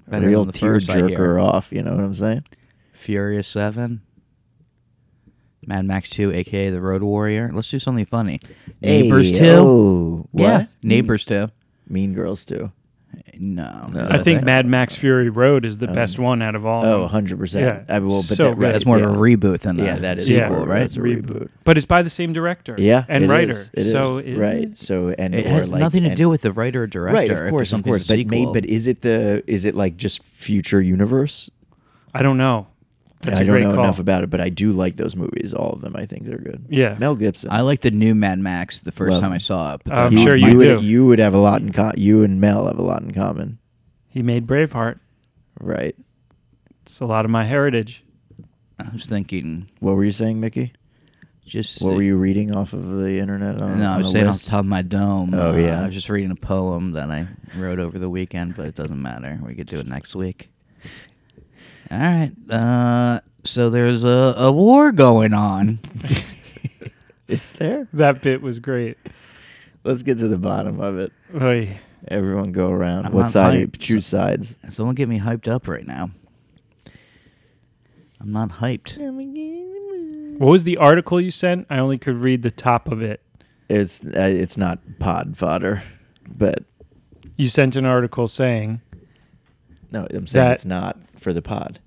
[SPEAKER 1] A
[SPEAKER 2] Better
[SPEAKER 1] real
[SPEAKER 2] than the first, I hear.
[SPEAKER 1] tearjerker off. You know what I'm saying?
[SPEAKER 2] Furious 7. Mad Max 2, aka The Road Warrior. Let's do something funny. Neighbors 2.
[SPEAKER 1] Hey, Oh, what?
[SPEAKER 2] Yeah. Neighbors 2.
[SPEAKER 1] Mean Girls too.
[SPEAKER 2] No.
[SPEAKER 1] No.
[SPEAKER 3] I
[SPEAKER 1] Okay.
[SPEAKER 3] think Mad Max Fury Road is the best one out of all.
[SPEAKER 1] Oh,
[SPEAKER 3] of them.
[SPEAKER 1] 100
[SPEAKER 3] Yeah,
[SPEAKER 1] percent. I will. But
[SPEAKER 3] so
[SPEAKER 1] that, right,
[SPEAKER 2] That's more
[SPEAKER 1] yeah.
[SPEAKER 2] of a reboot than
[SPEAKER 1] Yeah,
[SPEAKER 2] a
[SPEAKER 1] that is
[SPEAKER 2] sequel,
[SPEAKER 3] Yeah.
[SPEAKER 2] right?
[SPEAKER 1] That's a reboot.
[SPEAKER 3] But it's by the same director.
[SPEAKER 1] Yeah,
[SPEAKER 3] and
[SPEAKER 1] it is,
[SPEAKER 3] writer.
[SPEAKER 1] it is,
[SPEAKER 3] so is
[SPEAKER 1] right.
[SPEAKER 3] it?
[SPEAKER 1] So and
[SPEAKER 2] It
[SPEAKER 1] or
[SPEAKER 2] has
[SPEAKER 1] like-
[SPEAKER 2] nothing to
[SPEAKER 1] and-
[SPEAKER 2] do with the writer or director.
[SPEAKER 1] Right,
[SPEAKER 2] if
[SPEAKER 1] of course, of
[SPEAKER 2] something's
[SPEAKER 1] course.
[SPEAKER 2] a
[SPEAKER 1] But may-
[SPEAKER 2] sequel.
[SPEAKER 1] but is it the is it like just future universe?
[SPEAKER 3] I don't know. That's
[SPEAKER 1] I
[SPEAKER 3] a
[SPEAKER 1] don't
[SPEAKER 3] great
[SPEAKER 1] know
[SPEAKER 3] call.
[SPEAKER 1] enough about it, but I do like those movies. All of them, I think they're good.
[SPEAKER 3] Yeah.
[SPEAKER 1] Mel Gibson.
[SPEAKER 2] I like the new Mad Max the first
[SPEAKER 1] Well,
[SPEAKER 2] time I saw it. But
[SPEAKER 3] I'm
[SPEAKER 2] they're
[SPEAKER 1] You-
[SPEAKER 3] sure
[SPEAKER 2] not
[SPEAKER 3] you
[SPEAKER 2] my-
[SPEAKER 1] would,
[SPEAKER 3] do.
[SPEAKER 1] You would have a lot in com- You and Mel have a lot in common,
[SPEAKER 3] he made Braveheart.
[SPEAKER 1] right?
[SPEAKER 3] It's a lot of my heritage.
[SPEAKER 2] I was thinking
[SPEAKER 1] What were you saying, Mickey?
[SPEAKER 2] just
[SPEAKER 1] What were you reading off of the internet? On,
[SPEAKER 2] No, I
[SPEAKER 1] on
[SPEAKER 2] was
[SPEAKER 1] a
[SPEAKER 2] saying off
[SPEAKER 1] list?
[SPEAKER 2] the top of my dome.
[SPEAKER 1] Oh,
[SPEAKER 2] uh,
[SPEAKER 1] yeah.
[SPEAKER 2] I was just reading a poem that I wrote over the weekend, but it doesn't matter. We could do it next week. All right. Uh, so there's a, a war
[SPEAKER 1] [LAUGHS]
[SPEAKER 2] going on.
[SPEAKER 1] [LAUGHS] It's there.
[SPEAKER 3] That bit was great.
[SPEAKER 1] Let's get to the bottom of it.
[SPEAKER 3] Oy.
[SPEAKER 1] Everyone, go around.
[SPEAKER 2] I'm
[SPEAKER 1] what
[SPEAKER 2] not
[SPEAKER 1] side? Are you,
[SPEAKER 2] hyped.
[SPEAKER 1] choose sides.
[SPEAKER 2] Someone get me hyped up right now. I'm not hyped.
[SPEAKER 3] What was the article you sent? I only could read the top of it.
[SPEAKER 1] It's uh, it's not pod fodder, but
[SPEAKER 3] You sent an article saying,
[SPEAKER 1] no, I'm saying
[SPEAKER 3] That-
[SPEAKER 1] it's not for the pod.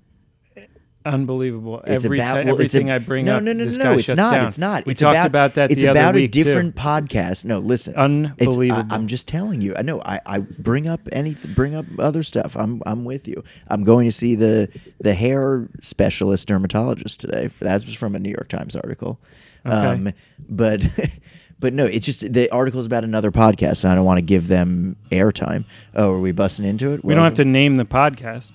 [SPEAKER 3] "Unbelievable!
[SPEAKER 1] It's
[SPEAKER 3] Every
[SPEAKER 1] about
[SPEAKER 3] ti-
[SPEAKER 1] well, it's
[SPEAKER 3] everything
[SPEAKER 1] ab-
[SPEAKER 3] I bring
[SPEAKER 1] no,
[SPEAKER 3] up,
[SPEAKER 1] No, no,
[SPEAKER 3] this
[SPEAKER 1] no,
[SPEAKER 3] guy
[SPEAKER 1] no. It's
[SPEAKER 3] shuts
[SPEAKER 1] not.
[SPEAKER 3] down.
[SPEAKER 1] It's not.
[SPEAKER 3] We
[SPEAKER 1] it's
[SPEAKER 3] talked
[SPEAKER 1] about,
[SPEAKER 3] about that the
[SPEAKER 1] It's
[SPEAKER 3] other
[SPEAKER 1] about
[SPEAKER 3] week,
[SPEAKER 1] a
[SPEAKER 3] too.
[SPEAKER 1] different podcast. No, listen. It's, I,
[SPEAKER 3] Unbelievable.
[SPEAKER 1] I'm just telling you. I know. I, I bring up any bring up other stuff. I'm I'm with you. I'm going to see the the hair specialist dermatologist today. That was from a New York Times article. Um,
[SPEAKER 3] Okay.
[SPEAKER 1] but [LAUGHS] but no, it's just the article's about another podcast, and I don't want to give them airtime. Oh, are we busting into it?
[SPEAKER 3] We don't have to name the podcast.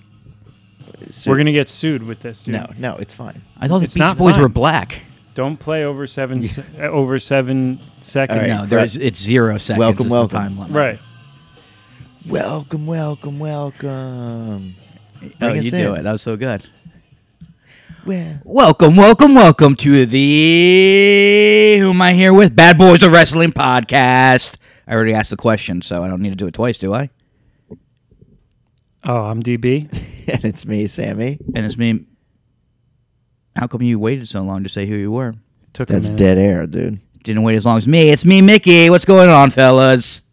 [SPEAKER 1] So-
[SPEAKER 3] We're gonna get sued with this, dude.
[SPEAKER 1] No, no, it's fine.
[SPEAKER 2] I thought the
[SPEAKER 3] It's
[SPEAKER 2] Beastie
[SPEAKER 3] not
[SPEAKER 2] Boys
[SPEAKER 3] fun.
[SPEAKER 2] were black.
[SPEAKER 3] Don't play over seven se- uh, over seven seconds.
[SPEAKER 1] All right.
[SPEAKER 2] No, there's it's zero seconds.
[SPEAKER 1] Welcome,
[SPEAKER 2] is
[SPEAKER 1] welcome.
[SPEAKER 2] The time limit.
[SPEAKER 3] Right.
[SPEAKER 1] Welcome, welcome, welcome.
[SPEAKER 2] Oh,
[SPEAKER 1] Bring
[SPEAKER 2] you
[SPEAKER 1] us
[SPEAKER 2] do
[SPEAKER 1] in.
[SPEAKER 2] it. That was so good. [LAUGHS]
[SPEAKER 1] Well,
[SPEAKER 2] Welcome, welcome, welcome to the Who Am I Here With? Bad Boys of Wrestling podcast. I already asked the question, so I don't need to do it twice, do I?
[SPEAKER 3] Oh, I'm DB.
[SPEAKER 1] and [LAUGHS] it's me, Sammy.
[SPEAKER 2] And it's me. How come you waited so long to say who you were?
[SPEAKER 3] Took a
[SPEAKER 1] That's
[SPEAKER 3] minute.
[SPEAKER 1] dead air, dude.
[SPEAKER 2] Didn't wait as long as me. It's me, Mickey. What's going on, fellas?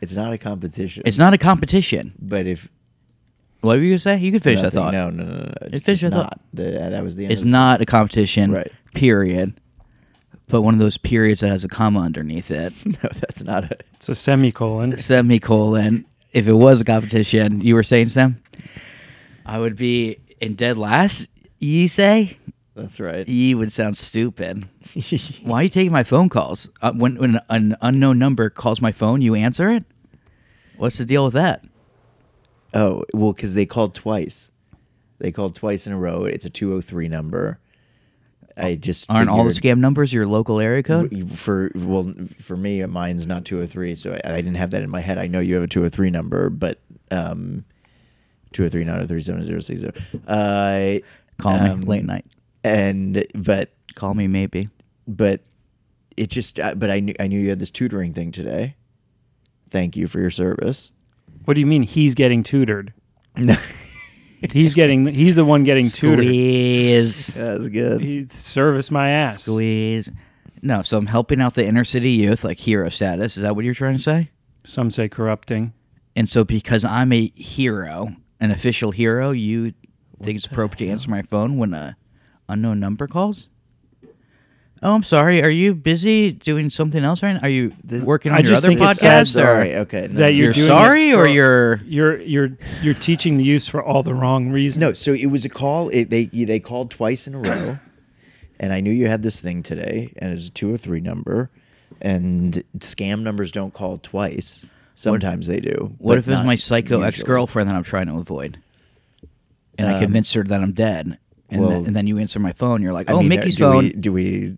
[SPEAKER 1] It's not a competition.
[SPEAKER 2] It's not a competition.
[SPEAKER 1] but if
[SPEAKER 2] What were you gonna say? You can finish that
[SPEAKER 1] nothing-
[SPEAKER 2] thought.
[SPEAKER 1] No, no, no, no. It's,
[SPEAKER 2] finish
[SPEAKER 1] just
[SPEAKER 2] your
[SPEAKER 1] not.
[SPEAKER 2] thought.
[SPEAKER 1] The, uh, that was the end.
[SPEAKER 2] It's
[SPEAKER 1] of the-
[SPEAKER 2] not a competition.
[SPEAKER 1] Right.
[SPEAKER 2] Period. But one of those periods that has a comma underneath it.
[SPEAKER 1] [LAUGHS] No, that's not a.
[SPEAKER 3] It's a semicolon.
[SPEAKER 2] semicolon. If it was a competition, you were saying, Sam, I would be in dead last. Ye say
[SPEAKER 1] That's right.
[SPEAKER 2] ye would sound stupid. Why are you taking my phone calls? Uh, when when an unknown number calls my phone, you answer it. What's the deal with that?
[SPEAKER 1] [LAUGHS] oh well, because they called twice. They called twice in a row. It's a two hundred three number. I just
[SPEAKER 2] Aren't all the
[SPEAKER 1] figured-
[SPEAKER 2] scam numbers your local area code?
[SPEAKER 1] w- for well for me mine's not 203 so I, I didn't have that in my head i know you have a 203 number but um 203 903 uh
[SPEAKER 2] Call
[SPEAKER 1] um,
[SPEAKER 2] me late night.
[SPEAKER 1] and but
[SPEAKER 2] Call me maybe.
[SPEAKER 1] but it just uh, but i knew i knew you had this tutoring thing today thank you for your service [LAUGHS]
[SPEAKER 3] What do you mean he's getting tutored?
[SPEAKER 1] No,
[SPEAKER 3] He's getting he's the one getting
[SPEAKER 1] [LAUGHS]
[SPEAKER 3] tutored.
[SPEAKER 2] Squeeze.
[SPEAKER 1] that's good
[SPEAKER 3] He service my ass.
[SPEAKER 2] Squeeze. No, so I'm helping out the inner city youth, like hero status. Is that what you're trying to say?
[SPEAKER 3] Some say corrupting.
[SPEAKER 2] And so, because I'm a hero, an official hero, you think it's appropriate to answer my phone when a unknown number calls? Oh, I'm sorry. Are you busy doing something else right now? Are you working on
[SPEAKER 3] I
[SPEAKER 2] your
[SPEAKER 3] just
[SPEAKER 2] other
[SPEAKER 3] think
[SPEAKER 2] podcast?
[SPEAKER 3] it's sad,
[SPEAKER 1] sorry
[SPEAKER 2] or
[SPEAKER 1] okay no,
[SPEAKER 3] that
[SPEAKER 2] you're,
[SPEAKER 3] you're doing it
[SPEAKER 2] sorry, or
[SPEAKER 3] for-
[SPEAKER 2] you're
[SPEAKER 3] You're you're you're teaching the use for all the wrong reasons.
[SPEAKER 1] No, so it was a call. It, they they called twice in a
[SPEAKER 2] [COUGHS]
[SPEAKER 1] row, and I knew you had this thing today, and it's a two or three number, and scam numbers don't call twice. Sometimes they do.
[SPEAKER 2] what
[SPEAKER 1] but
[SPEAKER 2] if it was
[SPEAKER 1] not
[SPEAKER 2] my psycho
[SPEAKER 1] usually. Um,
[SPEAKER 2] ex girlfriend that I'm trying to avoid, and I convince her that I'm dead, and,
[SPEAKER 1] well,
[SPEAKER 2] then, and then you answer my phone. You're like,
[SPEAKER 1] I
[SPEAKER 2] oh,
[SPEAKER 1] mean, uh,
[SPEAKER 2] Mickey's
[SPEAKER 1] do
[SPEAKER 2] phone.
[SPEAKER 1] We, do we?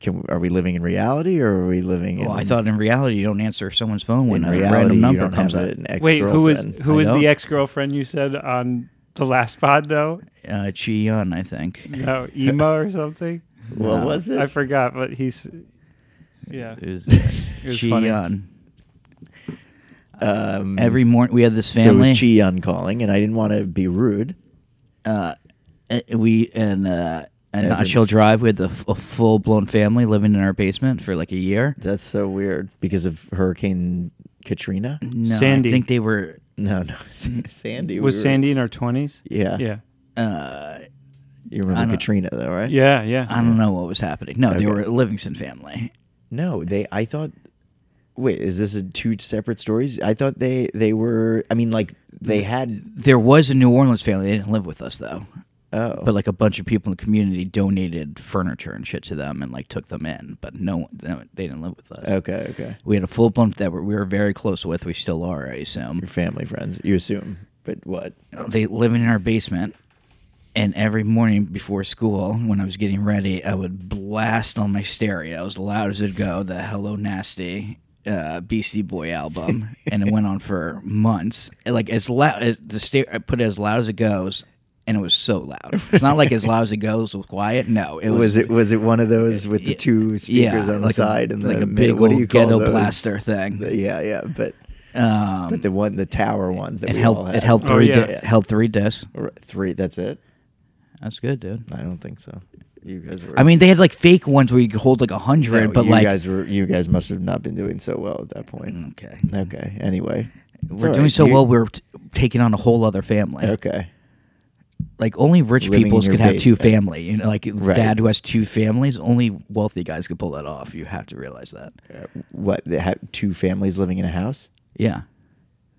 [SPEAKER 1] Can are we living in reality or are we living in?
[SPEAKER 2] well, Oh, I thought in reality you don't answer someone's phone when
[SPEAKER 1] in
[SPEAKER 2] a
[SPEAKER 1] reality
[SPEAKER 2] random
[SPEAKER 1] you
[SPEAKER 2] number
[SPEAKER 1] don't
[SPEAKER 2] comes
[SPEAKER 1] have
[SPEAKER 2] up.
[SPEAKER 1] an ex
[SPEAKER 3] Wait, who was who
[SPEAKER 2] I
[SPEAKER 3] was
[SPEAKER 2] don't.
[SPEAKER 3] the ex girlfriend you said on the last pod though?
[SPEAKER 2] Uh, Chi Yun, I think.
[SPEAKER 3] No, Emo or something.
[SPEAKER 1] What
[SPEAKER 2] No.
[SPEAKER 1] was it?
[SPEAKER 3] I forgot, but he's yeah.
[SPEAKER 2] It [LAUGHS] was, uh,
[SPEAKER 3] was
[SPEAKER 2] Chi
[SPEAKER 3] funny.
[SPEAKER 2] Yun.
[SPEAKER 1] um,
[SPEAKER 2] Every morning we had this
[SPEAKER 1] so it was
[SPEAKER 2] family.
[SPEAKER 1] Chi Yun calling, and I didn't want to be rude.
[SPEAKER 2] uh, we and uh, and
[SPEAKER 1] Every-
[SPEAKER 2] Notch Hill Drive. We had the f- a full blown family living in our basement for like a year.
[SPEAKER 1] That's so weird because of Hurricane Katrina.
[SPEAKER 2] No,
[SPEAKER 3] Sandy.
[SPEAKER 2] I think they were.
[SPEAKER 1] No, [LAUGHS] no, Sandy
[SPEAKER 3] Was
[SPEAKER 1] we were-
[SPEAKER 3] Sandy in her twenties?
[SPEAKER 1] Yeah.
[SPEAKER 3] Yeah.
[SPEAKER 2] Uh,
[SPEAKER 1] You
[SPEAKER 2] I
[SPEAKER 1] remember
[SPEAKER 2] don't-
[SPEAKER 1] Katrina though, right?
[SPEAKER 3] Yeah, yeah.
[SPEAKER 1] [LAUGHS]
[SPEAKER 2] I don't know what was happening. No,
[SPEAKER 1] Okay.
[SPEAKER 2] they were a Livingston family.
[SPEAKER 1] No, they. I thought. Wait, is this a two separate stories? I thought they they were. I mean, like they had.
[SPEAKER 2] There was a New Orleans family. They didn't live with us though.
[SPEAKER 1] Oh,
[SPEAKER 2] But like a bunch of people in the community donated furniture and shit to them and like took them in. But no, one- no they didn't live with us.
[SPEAKER 1] okay, okay.
[SPEAKER 2] We had a full blown that we were very close with. We still are, I assume.
[SPEAKER 1] Your family friends, you assume, but what?
[SPEAKER 2] they living in our basement and every morning before school when i was getting ready i would blast on my stereo as loud as it go the hello nasty uh, beastie boy album
[SPEAKER 1] [LAUGHS]
[SPEAKER 2] and it went on for months like as loud as the stereo i put it as loud as it goes and it was so loud it's not like as loud as it goes was quiet no it
[SPEAKER 1] Was,
[SPEAKER 2] was,
[SPEAKER 1] it was it one of those with the two speakers
[SPEAKER 2] yeah,
[SPEAKER 1] on the
[SPEAKER 2] like a-
[SPEAKER 1] side and
[SPEAKER 2] like
[SPEAKER 1] the
[SPEAKER 2] a
[SPEAKER 1] mid-
[SPEAKER 2] big
[SPEAKER 1] what do
[SPEAKER 2] old
[SPEAKER 1] you call
[SPEAKER 2] ghetto
[SPEAKER 1] those?
[SPEAKER 2] blaster thing.
[SPEAKER 1] The- yeah, yeah, but
[SPEAKER 2] um,
[SPEAKER 1] but the one the tower ones that
[SPEAKER 2] it
[SPEAKER 1] we all
[SPEAKER 2] helped
[SPEAKER 1] had.
[SPEAKER 2] it helped
[SPEAKER 3] Oh,
[SPEAKER 2] three
[SPEAKER 3] yeah.
[SPEAKER 2] di- held three discs
[SPEAKER 1] Or three. That's it.
[SPEAKER 2] that's good dude
[SPEAKER 1] I don't think so. You guys were.
[SPEAKER 2] i mean they had like fake ones where you could hold like a hundred
[SPEAKER 1] no,
[SPEAKER 2] but
[SPEAKER 1] you
[SPEAKER 2] like
[SPEAKER 1] guys were. You guys must have not been doing so well at that point.
[SPEAKER 2] okay
[SPEAKER 1] Okay. Anyway, It's
[SPEAKER 2] we're
[SPEAKER 1] all
[SPEAKER 2] doing
[SPEAKER 1] right.
[SPEAKER 2] so
[SPEAKER 1] You-
[SPEAKER 2] well we're t- taking on a whole other family
[SPEAKER 1] Okay.
[SPEAKER 2] like only rich
[SPEAKER 1] Living in
[SPEAKER 2] peoples
[SPEAKER 1] your
[SPEAKER 2] could have two
[SPEAKER 1] basement.
[SPEAKER 2] family you know like
[SPEAKER 1] Right.
[SPEAKER 2] dad who has two families only wealthy guys could pull that off you have to realize that
[SPEAKER 1] Uh, What? They have two families living in a house.
[SPEAKER 2] yeah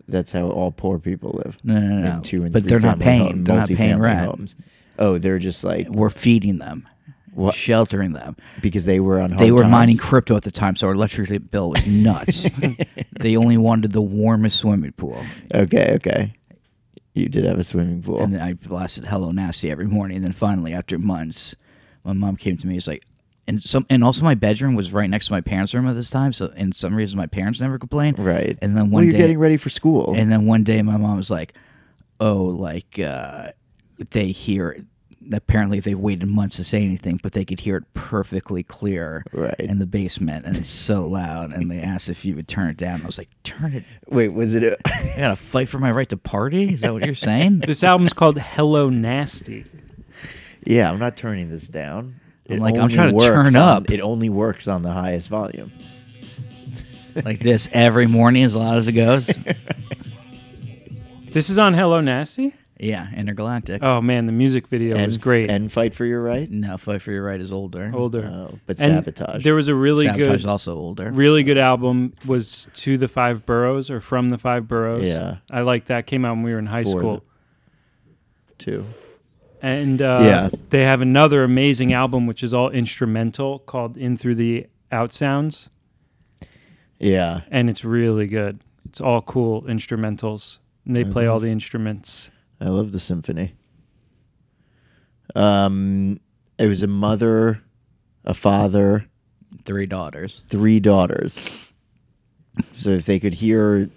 [SPEAKER 1] That's how all poor people live.
[SPEAKER 2] No, no, no,
[SPEAKER 1] In
[SPEAKER 2] no.
[SPEAKER 1] two and
[SPEAKER 2] But
[SPEAKER 1] three
[SPEAKER 2] they're not
[SPEAKER 1] family
[SPEAKER 2] paying-
[SPEAKER 1] home-
[SPEAKER 2] they're not paying
[SPEAKER 1] multifamily
[SPEAKER 2] rent.
[SPEAKER 1] Homes. Oh, they're just like
[SPEAKER 2] we're feeding them
[SPEAKER 1] What?
[SPEAKER 2] sheltering them
[SPEAKER 1] because they were on.
[SPEAKER 2] they
[SPEAKER 1] hard
[SPEAKER 2] were mining
[SPEAKER 1] times.
[SPEAKER 2] crypto at the time so our electricity bill was
[SPEAKER 1] [LAUGHS]
[SPEAKER 2] nuts they only wanted the warmest swimming pool
[SPEAKER 1] okay, okay. You did have a swimming pool.
[SPEAKER 2] And then I blasted "Hello Nasty" every morning. And then finally, after months, my mom came to me. She's like, and some, and also my bedroom was right next to my parents' room at this time. So, and some reason my parents never complained.
[SPEAKER 1] right.
[SPEAKER 2] And then one
[SPEAKER 1] well, you're
[SPEAKER 2] day,
[SPEAKER 1] getting ready for school.
[SPEAKER 2] and then one day, my mom was like, "Oh, like uh, they hear." Apparently, they've waited months to say anything, but they could hear it perfectly clear
[SPEAKER 1] Right.
[SPEAKER 2] in the basement, and it's so loud. And they asked if you would turn it down. I was like, "Turn it!
[SPEAKER 1] Wait, was it? A, [LAUGHS]
[SPEAKER 2] I gotta fight for my right to party." Is that what you're saying?
[SPEAKER 3] This album's called Hello Nasty.
[SPEAKER 1] yeah, I'm not turning this down.
[SPEAKER 2] I'm like, I'm
[SPEAKER 1] only
[SPEAKER 2] trying to
[SPEAKER 1] works
[SPEAKER 2] turn
[SPEAKER 1] on-
[SPEAKER 2] up.
[SPEAKER 1] it only works on the highest volume.
[SPEAKER 2] like this every morning as loud as it
[SPEAKER 3] [LAUGHS]
[SPEAKER 2] goes.
[SPEAKER 3] This is on Hello Nasty?
[SPEAKER 2] yeah, Intergalactic.
[SPEAKER 3] Oh man, the music video is great.
[SPEAKER 1] And fight for your right.
[SPEAKER 2] No, Fight for Your Right is older.
[SPEAKER 3] Older.
[SPEAKER 1] Oh, but
[SPEAKER 3] And
[SPEAKER 1] sabotage.
[SPEAKER 3] There was a really
[SPEAKER 2] Sabotage
[SPEAKER 3] good
[SPEAKER 2] is also older.
[SPEAKER 3] really good album was to the five boroughs or from the five boroughs
[SPEAKER 1] Yeah.
[SPEAKER 3] i like that came out when we were in high
[SPEAKER 1] For
[SPEAKER 3] school
[SPEAKER 1] too.
[SPEAKER 3] and uh,
[SPEAKER 1] Yeah.
[SPEAKER 3] they have another amazing album which is all instrumental called in through the out sounds
[SPEAKER 1] Yeah.
[SPEAKER 3] and it's really good it's all cool instrumentals and they play all
[SPEAKER 1] Mm-hmm.
[SPEAKER 3] the instruments
[SPEAKER 1] I love the symphony. Um, it was a mother, a father,
[SPEAKER 2] Three daughters.
[SPEAKER 1] three daughters. So if they could hear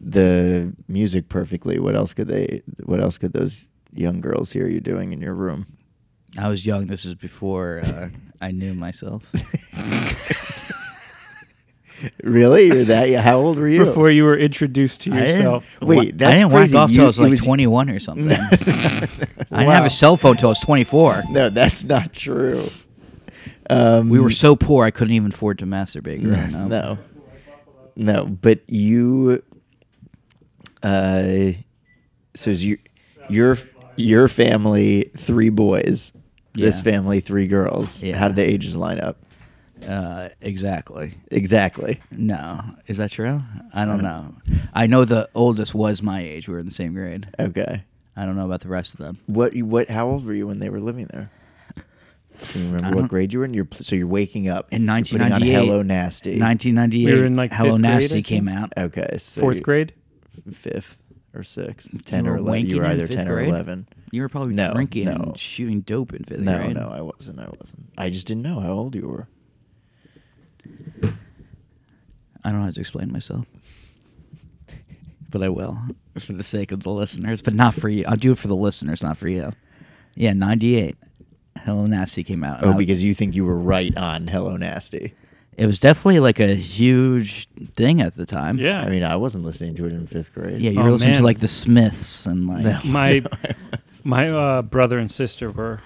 [SPEAKER 1] the music perfectly, what else could they? What else could those young girls hear you doing in your room?
[SPEAKER 2] I was young. This is before uh, I knew
[SPEAKER 3] [LAUGHS]
[SPEAKER 2] myself.
[SPEAKER 1] Really? You're that? yeah, How old were you?
[SPEAKER 3] before you were introduced to
[SPEAKER 2] I didn't-
[SPEAKER 3] yourself
[SPEAKER 1] Wait,
[SPEAKER 2] wha- I
[SPEAKER 1] that's
[SPEAKER 2] didn't
[SPEAKER 1] crazy.
[SPEAKER 2] whack off till
[SPEAKER 1] You-
[SPEAKER 2] I was
[SPEAKER 1] it
[SPEAKER 2] like
[SPEAKER 1] was-
[SPEAKER 2] 21 or something. [LAUGHS] I didn't
[SPEAKER 3] Wow.
[SPEAKER 2] have a cell phone till I was 24.
[SPEAKER 1] [LAUGHS] no, that's not true. Um,
[SPEAKER 2] We were so poor I couldn't even afford to masturbate growing up.
[SPEAKER 1] no, no. But you, uh, so is you, your your family three boys. This
[SPEAKER 2] Yeah.
[SPEAKER 1] family three girls.
[SPEAKER 2] Yeah.
[SPEAKER 1] How did the ages line up?
[SPEAKER 2] Uh, exactly.
[SPEAKER 1] Exactly.
[SPEAKER 2] No. Is that true? I don't know. I know the oldest was my age. We were in the same grade.
[SPEAKER 1] Okay.
[SPEAKER 2] I don't know about the rest of them.
[SPEAKER 1] What you- what? How old were you when they were living there? Can you remember what grade you were in? You're pl- so you're waking up
[SPEAKER 2] In
[SPEAKER 1] you're putting on
[SPEAKER 2] 1998
[SPEAKER 1] Hello nasty.
[SPEAKER 2] 1998,
[SPEAKER 3] We were in, like,
[SPEAKER 2] Hello
[SPEAKER 3] fifth grade, I
[SPEAKER 2] Nasty
[SPEAKER 3] think.
[SPEAKER 2] came out.
[SPEAKER 1] okay. So
[SPEAKER 3] fourth
[SPEAKER 1] you-
[SPEAKER 3] grade
[SPEAKER 1] fifth or sixth, ten
[SPEAKER 2] were
[SPEAKER 1] or eleven. You
[SPEAKER 2] wanking
[SPEAKER 1] were
[SPEAKER 2] in
[SPEAKER 1] either
[SPEAKER 2] fifth
[SPEAKER 1] ten or
[SPEAKER 2] grade?
[SPEAKER 1] eleven.
[SPEAKER 2] You were probably
[SPEAKER 1] No,
[SPEAKER 2] drinking
[SPEAKER 1] no.
[SPEAKER 2] and shooting dope in fifth
[SPEAKER 1] No,
[SPEAKER 2] grade.
[SPEAKER 1] no, I wasn't. I wasn't. I just didn't know how old you were.
[SPEAKER 2] I don't know how to explain myself, [LAUGHS] but I will [LAUGHS] for the sake of the listeners, but not for you. I'll do it for the listeners, not for you. Yeah, 98. Hello Nasty came out. and
[SPEAKER 1] Oh,
[SPEAKER 2] I-
[SPEAKER 1] because you think you were right on Hello Nasty.
[SPEAKER 2] it was definitely like a huge thing at the time.
[SPEAKER 3] yeah
[SPEAKER 1] I mean, I wasn't listening to it in fifth grade.
[SPEAKER 2] Yeah, you
[SPEAKER 3] Oh,
[SPEAKER 2] were listening
[SPEAKER 3] man.
[SPEAKER 2] to like the Smiths and [LAUGHS] like.
[SPEAKER 1] No. [LAUGHS]
[SPEAKER 3] my
[SPEAKER 1] No, I wasn't.
[SPEAKER 3] [LAUGHS] my uh, brother and sister were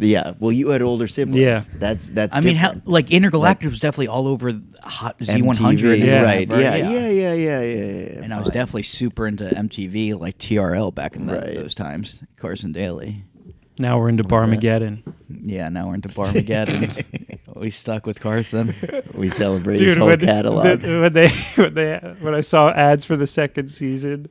[SPEAKER 1] yeah. Well, you had older siblings.
[SPEAKER 3] Yeah.
[SPEAKER 1] That's that's.
[SPEAKER 2] I mean, how,
[SPEAKER 1] different.
[SPEAKER 2] like Intergalactic was definitely all over Hot Z100.
[SPEAKER 1] MTV,
[SPEAKER 3] Yeah.
[SPEAKER 1] Right.
[SPEAKER 2] whatever,
[SPEAKER 1] Yeah. Yeah. Yeah. Yeah. Yeah. yeah, yeah,
[SPEAKER 2] And I was
[SPEAKER 1] fine.
[SPEAKER 2] definitely super into MTV, like TRL back in the,
[SPEAKER 1] Right.
[SPEAKER 2] those times, Carson Daly.
[SPEAKER 3] now we're into
[SPEAKER 1] What was that?
[SPEAKER 3] barmageddon
[SPEAKER 2] Yeah, now we're
[SPEAKER 1] [LAUGHS]
[SPEAKER 2] into Barmageddon. we stuck with Carson.
[SPEAKER 1] We celebrate his whole
[SPEAKER 3] when,
[SPEAKER 1] catalog.
[SPEAKER 3] the-
[SPEAKER 1] [LAUGHS]
[SPEAKER 3] when they when they when I saw ads for the second season,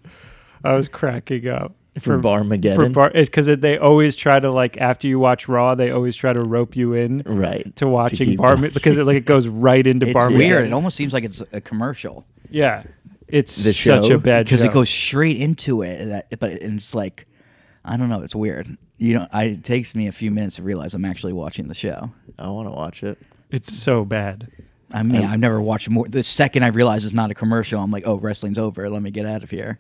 [SPEAKER 3] I was cracking up
[SPEAKER 1] for Barmageddon.
[SPEAKER 3] [LAUGHS] for bar because they always try to like after you watch Raw, they always try to rope you in
[SPEAKER 1] right.
[SPEAKER 3] to watching
[SPEAKER 1] keep
[SPEAKER 3] Bar
[SPEAKER 1] watching.
[SPEAKER 3] because it like it goes right into
[SPEAKER 2] It's
[SPEAKER 3] Bar
[SPEAKER 2] weird. It almost seems like it's a commercial
[SPEAKER 3] yeah. It's
[SPEAKER 1] The
[SPEAKER 3] such
[SPEAKER 1] show?
[SPEAKER 3] a bad
[SPEAKER 2] because
[SPEAKER 3] because
[SPEAKER 2] it goes straight into it. and That, but and it's like, I don't know. It's weird. You know, I, it takes me a few minutes to realize I'm actually watching the show.
[SPEAKER 1] [LAUGHS] I want to watch it.
[SPEAKER 3] It's so bad.
[SPEAKER 2] I mean,
[SPEAKER 1] I-
[SPEAKER 2] I've never watched more. The second I realize it's not a commercial, I'm like, oh, wrestling's over. Let me get out of here.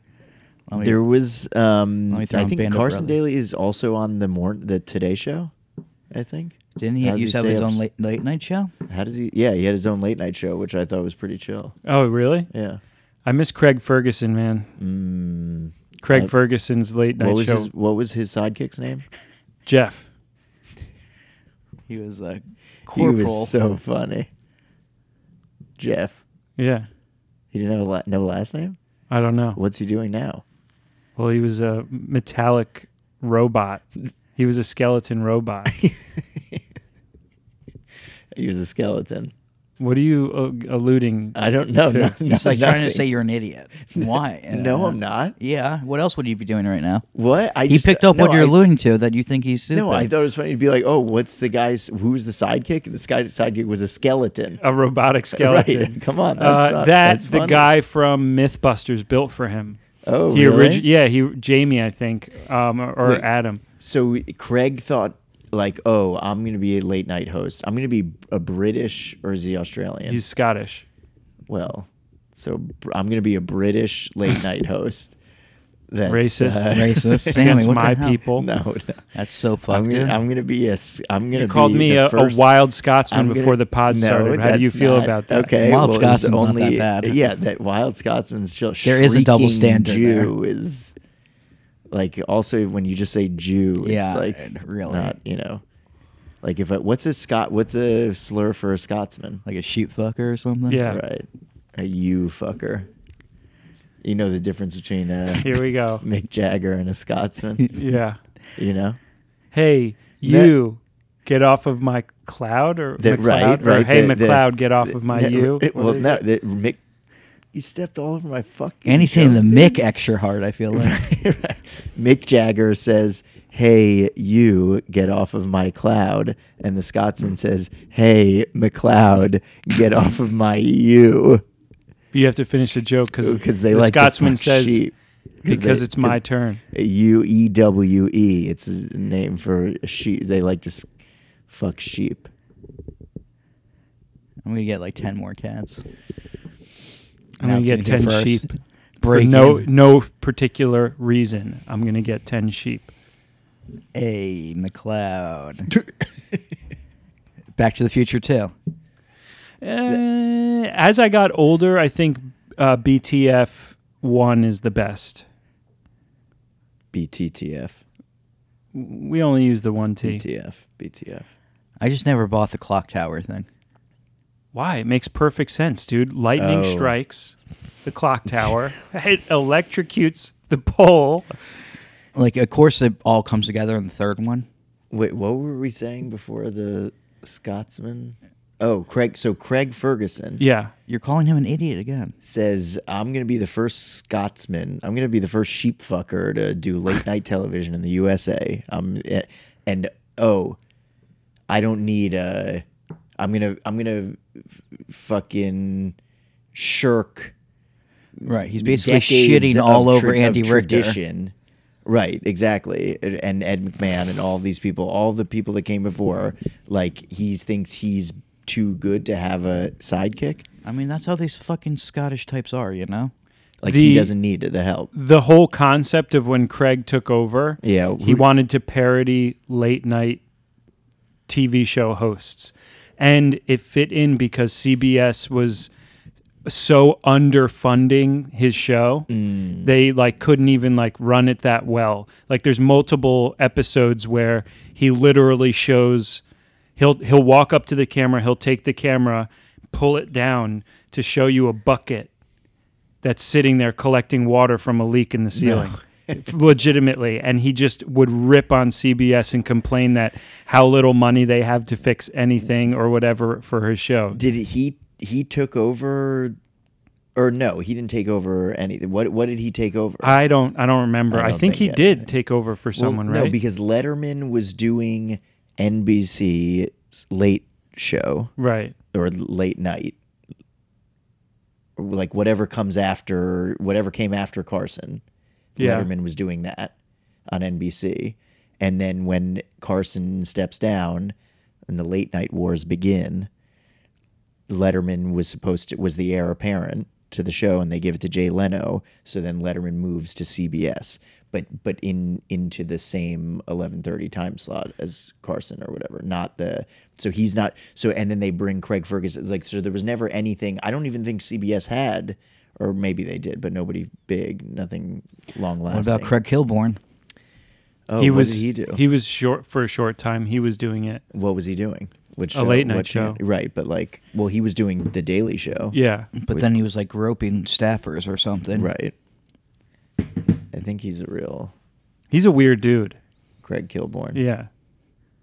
[SPEAKER 2] Let me,
[SPEAKER 1] There was. Um,
[SPEAKER 2] Oh, Let me
[SPEAKER 1] I
[SPEAKER 2] throw on
[SPEAKER 1] think
[SPEAKER 2] Band of
[SPEAKER 1] Carson
[SPEAKER 2] Brothers.
[SPEAKER 1] Daly is also on the morn the Today Show. I think.
[SPEAKER 2] didn't he
[SPEAKER 1] How does
[SPEAKER 2] used to have
[SPEAKER 1] stay
[SPEAKER 2] his
[SPEAKER 1] up-
[SPEAKER 2] own late, late night show?
[SPEAKER 1] How does he? Yeah, he had his own late night show, which I thought was pretty chill.
[SPEAKER 3] Oh really?
[SPEAKER 1] Yeah.
[SPEAKER 3] I miss Craig Ferguson, man.
[SPEAKER 2] Hmm.
[SPEAKER 1] Mm.
[SPEAKER 3] Craig
[SPEAKER 1] Uh,
[SPEAKER 3] Ferguson's late
[SPEAKER 1] What
[SPEAKER 3] night
[SPEAKER 1] was
[SPEAKER 3] show.
[SPEAKER 1] his What was his sidekick's name?
[SPEAKER 3] Jeff.
[SPEAKER 2] He was a
[SPEAKER 1] He
[SPEAKER 2] corporal.
[SPEAKER 1] was so funny. Jeff.
[SPEAKER 3] Yeah.
[SPEAKER 1] He didn't have a la- no last name.
[SPEAKER 3] I don't know.
[SPEAKER 1] What's he doing now?
[SPEAKER 3] Well, he was a metallic robot. He was a
[SPEAKER 1] [LAUGHS]
[SPEAKER 3] skeleton robot.
[SPEAKER 1] He was a skeleton.
[SPEAKER 3] What are you uh, alluding?
[SPEAKER 1] I don't know.
[SPEAKER 3] Dude,
[SPEAKER 1] No,
[SPEAKER 3] it's
[SPEAKER 2] It's
[SPEAKER 1] no,
[SPEAKER 2] like trying to
[SPEAKER 1] nothing.
[SPEAKER 2] say you're an idiot. Why?
[SPEAKER 1] [LAUGHS] No,
[SPEAKER 2] Uh,
[SPEAKER 1] I'm not.
[SPEAKER 2] Yeah. What else would you be doing right now?
[SPEAKER 1] What? I
[SPEAKER 2] He
[SPEAKER 1] just-
[SPEAKER 2] picked up
[SPEAKER 1] no,
[SPEAKER 2] what you're
[SPEAKER 1] I-
[SPEAKER 2] alluding to that you think he's stupid.
[SPEAKER 1] No, I thought it was funny to be like, oh, what's the guy's? Who's the sidekick? The sky sidekick was a skeleton. [LAUGHS]
[SPEAKER 3] a robotic skeleton.
[SPEAKER 1] Come on, that's
[SPEAKER 3] Uh,
[SPEAKER 1] not-
[SPEAKER 3] that
[SPEAKER 1] that's
[SPEAKER 3] the
[SPEAKER 1] funny.
[SPEAKER 3] guy from MythBusters built for him.
[SPEAKER 1] Oh,
[SPEAKER 3] he
[SPEAKER 1] really?
[SPEAKER 3] origi- yeah, he Jamie, I think, um, or, or
[SPEAKER 1] Wait.
[SPEAKER 3] Adam.
[SPEAKER 1] So Craig thought like, oh, I'm gonna be a late night host. I'm gonna be a British or is he Australian?
[SPEAKER 3] He's Scottish.
[SPEAKER 1] well, so br- I'm gonna be a British
[SPEAKER 3] [LAUGHS]
[SPEAKER 1] late night host. That's,
[SPEAKER 3] Racist.
[SPEAKER 1] uh, [LAUGHS]
[SPEAKER 2] Racist. Sammy,
[SPEAKER 3] Against
[SPEAKER 2] what the
[SPEAKER 3] my
[SPEAKER 2] hell?
[SPEAKER 3] people.
[SPEAKER 1] No, no.
[SPEAKER 2] That's so
[SPEAKER 1] I'm
[SPEAKER 2] fucked.
[SPEAKER 1] gonna,
[SPEAKER 2] dude.
[SPEAKER 1] I'm gonna be a. s- I'm gonna
[SPEAKER 3] You called
[SPEAKER 1] be
[SPEAKER 3] me
[SPEAKER 1] the
[SPEAKER 3] a, a
[SPEAKER 1] first-
[SPEAKER 3] wild Scotsman
[SPEAKER 1] I'm gonna-
[SPEAKER 3] before the pod
[SPEAKER 1] No,
[SPEAKER 3] started. How do you
[SPEAKER 1] that's
[SPEAKER 3] feel
[SPEAKER 1] not-
[SPEAKER 3] about that?
[SPEAKER 1] Okay,
[SPEAKER 2] Wild
[SPEAKER 1] well, it's
[SPEAKER 2] Scotsman's not that
[SPEAKER 1] only
[SPEAKER 2] bad.
[SPEAKER 1] yeah that Wild Scotsman's still
[SPEAKER 2] There is a double
[SPEAKER 1] shrieking
[SPEAKER 2] standard
[SPEAKER 1] Jew is like also when you just say Jew, it's
[SPEAKER 2] Yeah,
[SPEAKER 1] like
[SPEAKER 2] and really.
[SPEAKER 1] not you know like if I, what's a Scot what's a slur for a Scotsman
[SPEAKER 2] like a sheep fucker or something.
[SPEAKER 3] Yeah.
[SPEAKER 1] right a you fucker you know the difference between uh
[SPEAKER 3] Here we go.
[SPEAKER 1] [LAUGHS] Mick Jagger and a
[SPEAKER 2] [LAUGHS]
[SPEAKER 1] Scotsman
[SPEAKER 3] Yeah.
[SPEAKER 1] you know
[SPEAKER 3] Hey, you get off of my cloud or
[SPEAKER 1] That-
[SPEAKER 3] McLeod,
[SPEAKER 1] right
[SPEAKER 3] or,
[SPEAKER 1] right
[SPEAKER 3] hey
[SPEAKER 1] the- the-
[SPEAKER 3] McLeod, get off of my
[SPEAKER 1] the-
[SPEAKER 3] you.
[SPEAKER 1] it-
[SPEAKER 3] What
[SPEAKER 1] well
[SPEAKER 3] is
[SPEAKER 1] no
[SPEAKER 3] it?
[SPEAKER 1] the, Mick you stepped all over my fucking
[SPEAKER 2] And he's hitting the
[SPEAKER 1] joke, dude.
[SPEAKER 2] Mick extra hard, I feel like.
[SPEAKER 1] Right. [LAUGHS] Mick Jagger says, "Hey, you get off of my cloud," and the Scotsman says, "Hey, McLeod, get off of my you,"
[SPEAKER 3] You have to finish the joke because
[SPEAKER 1] because they
[SPEAKER 3] the
[SPEAKER 1] like to
[SPEAKER 3] Scotsman
[SPEAKER 1] fuck
[SPEAKER 3] says
[SPEAKER 1] sheep.
[SPEAKER 3] because
[SPEAKER 1] they-
[SPEAKER 3] it's my
[SPEAKER 1] 'cause
[SPEAKER 3] turn.
[SPEAKER 1] U E W E. It's a name for a sheep. They like to s- fuck sheep.
[SPEAKER 2] I'm gonna get like ten more cats.
[SPEAKER 3] I'm gonna
[SPEAKER 2] Announcing
[SPEAKER 3] get
[SPEAKER 2] it
[SPEAKER 3] ten
[SPEAKER 2] here first. [LAUGHS]
[SPEAKER 3] sheep for
[SPEAKER 2] Break
[SPEAKER 3] no
[SPEAKER 2] in.
[SPEAKER 3] no particular reason. I'm gonna get ten sheep.
[SPEAKER 2] Hey, McLeod.
[SPEAKER 1] [LAUGHS]
[SPEAKER 2] Back to the Future too.
[SPEAKER 3] Uh, Eh, as I got older, I think uh, BTF one is the best.
[SPEAKER 1] BTTF.
[SPEAKER 3] We only use the one T.
[SPEAKER 1] BTF. BTF.
[SPEAKER 2] I just never bought the clock tower thing.
[SPEAKER 3] Why? It makes perfect sense, dude. Lightning
[SPEAKER 1] Oh.
[SPEAKER 3] strikes
[SPEAKER 2] [LAUGHS]
[SPEAKER 3] the clock tower. it electrocutes the pole.
[SPEAKER 2] Like, of course, it all comes together in the third one.
[SPEAKER 1] Wait, what were we saying before the Scotsman? Oh, Craig. So Craig Ferguson.
[SPEAKER 3] Yeah.
[SPEAKER 2] You're calling him an idiot again.
[SPEAKER 1] says, I'm going to be the first Scotsman. I'm going to be the first sheep fucker to do late night television in the USA. I'm, eh, and oh, I don't need a. I'm gonna I'm gonna f- fucking shirk
[SPEAKER 2] Right. He's basically
[SPEAKER 1] decades
[SPEAKER 2] shitting all
[SPEAKER 1] of
[SPEAKER 2] over
[SPEAKER 1] tra- of
[SPEAKER 2] Andy Richter.
[SPEAKER 1] tradition. Right, exactly, and and Ed McMahon and all these people, all the people that came before, like he thinks he's too good to have a sidekick.
[SPEAKER 2] I mean, that's how these fucking Scottish types are, you know?
[SPEAKER 1] Like
[SPEAKER 3] The-
[SPEAKER 1] he doesn't need the help.
[SPEAKER 3] The whole concept of when Craig took over,
[SPEAKER 1] Yeah,
[SPEAKER 3] he
[SPEAKER 1] who-
[SPEAKER 3] wanted to parody late night TV show hosts. And it fit in because CBS was so underfunding his show. They like couldn't even like run it that well. Like there's multiple episodes where he literally shows he'll he'll walk up to the camera, he'll take the camera, pull it down to show you a bucket that's sitting there collecting water from a leak in
[SPEAKER 1] [LAUGHS]
[SPEAKER 3] the ceiling. legitimately and he just would rip on CBS and complain that how little money they have to fix anything or whatever for his show.
[SPEAKER 1] Did he he took over or no, he didn't take over anything. What what did he take over?
[SPEAKER 3] I don't. I don't remember.
[SPEAKER 1] I
[SPEAKER 3] I,
[SPEAKER 1] don't
[SPEAKER 3] think,
[SPEAKER 1] think
[SPEAKER 3] he
[SPEAKER 1] it-
[SPEAKER 3] did take over for
[SPEAKER 1] Well,
[SPEAKER 3] someone,
[SPEAKER 1] No,
[SPEAKER 3] right?
[SPEAKER 1] because Letterman was doing NBC's late show
[SPEAKER 3] right.
[SPEAKER 1] or late night. Like whatever comes after whatever came after Carson.
[SPEAKER 3] Yeah.
[SPEAKER 1] Letterman was doing that on NBC. And then when Carson steps down and the late night wars begin, Letterman was supposed to was the heir apparent to the show and they give it to Jay Leno, so then Letterman moves to CBS, but but in into the same 11:30 time slot as Carson or whatever, not the so he's not so and then they bring Craig Ferguson like so there was never anything I don't even think CBS had or maybe they did, but nobody big, nothing long
[SPEAKER 2] What
[SPEAKER 1] lasting.
[SPEAKER 2] about Craig Kilborn?
[SPEAKER 1] Oh,
[SPEAKER 3] he
[SPEAKER 1] what
[SPEAKER 3] was.
[SPEAKER 1] did he do?
[SPEAKER 3] was short for a short time. He was doing it.
[SPEAKER 1] what was he doing? Which
[SPEAKER 3] A late night
[SPEAKER 1] what
[SPEAKER 3] show.
[SPEAKER 1] right? But like, well, he was doing the Daily Show,
[SPEAKER 3] Yeah.
[SPEAKER 2] But then he was like groping staffers or something.
[SPEAKER 1] right? I think he's a real
[SPEAKER 3] He's a weird dude.
[SPEAKER 1] Craig Kilborn.
[SPEAKER 3] Yeah.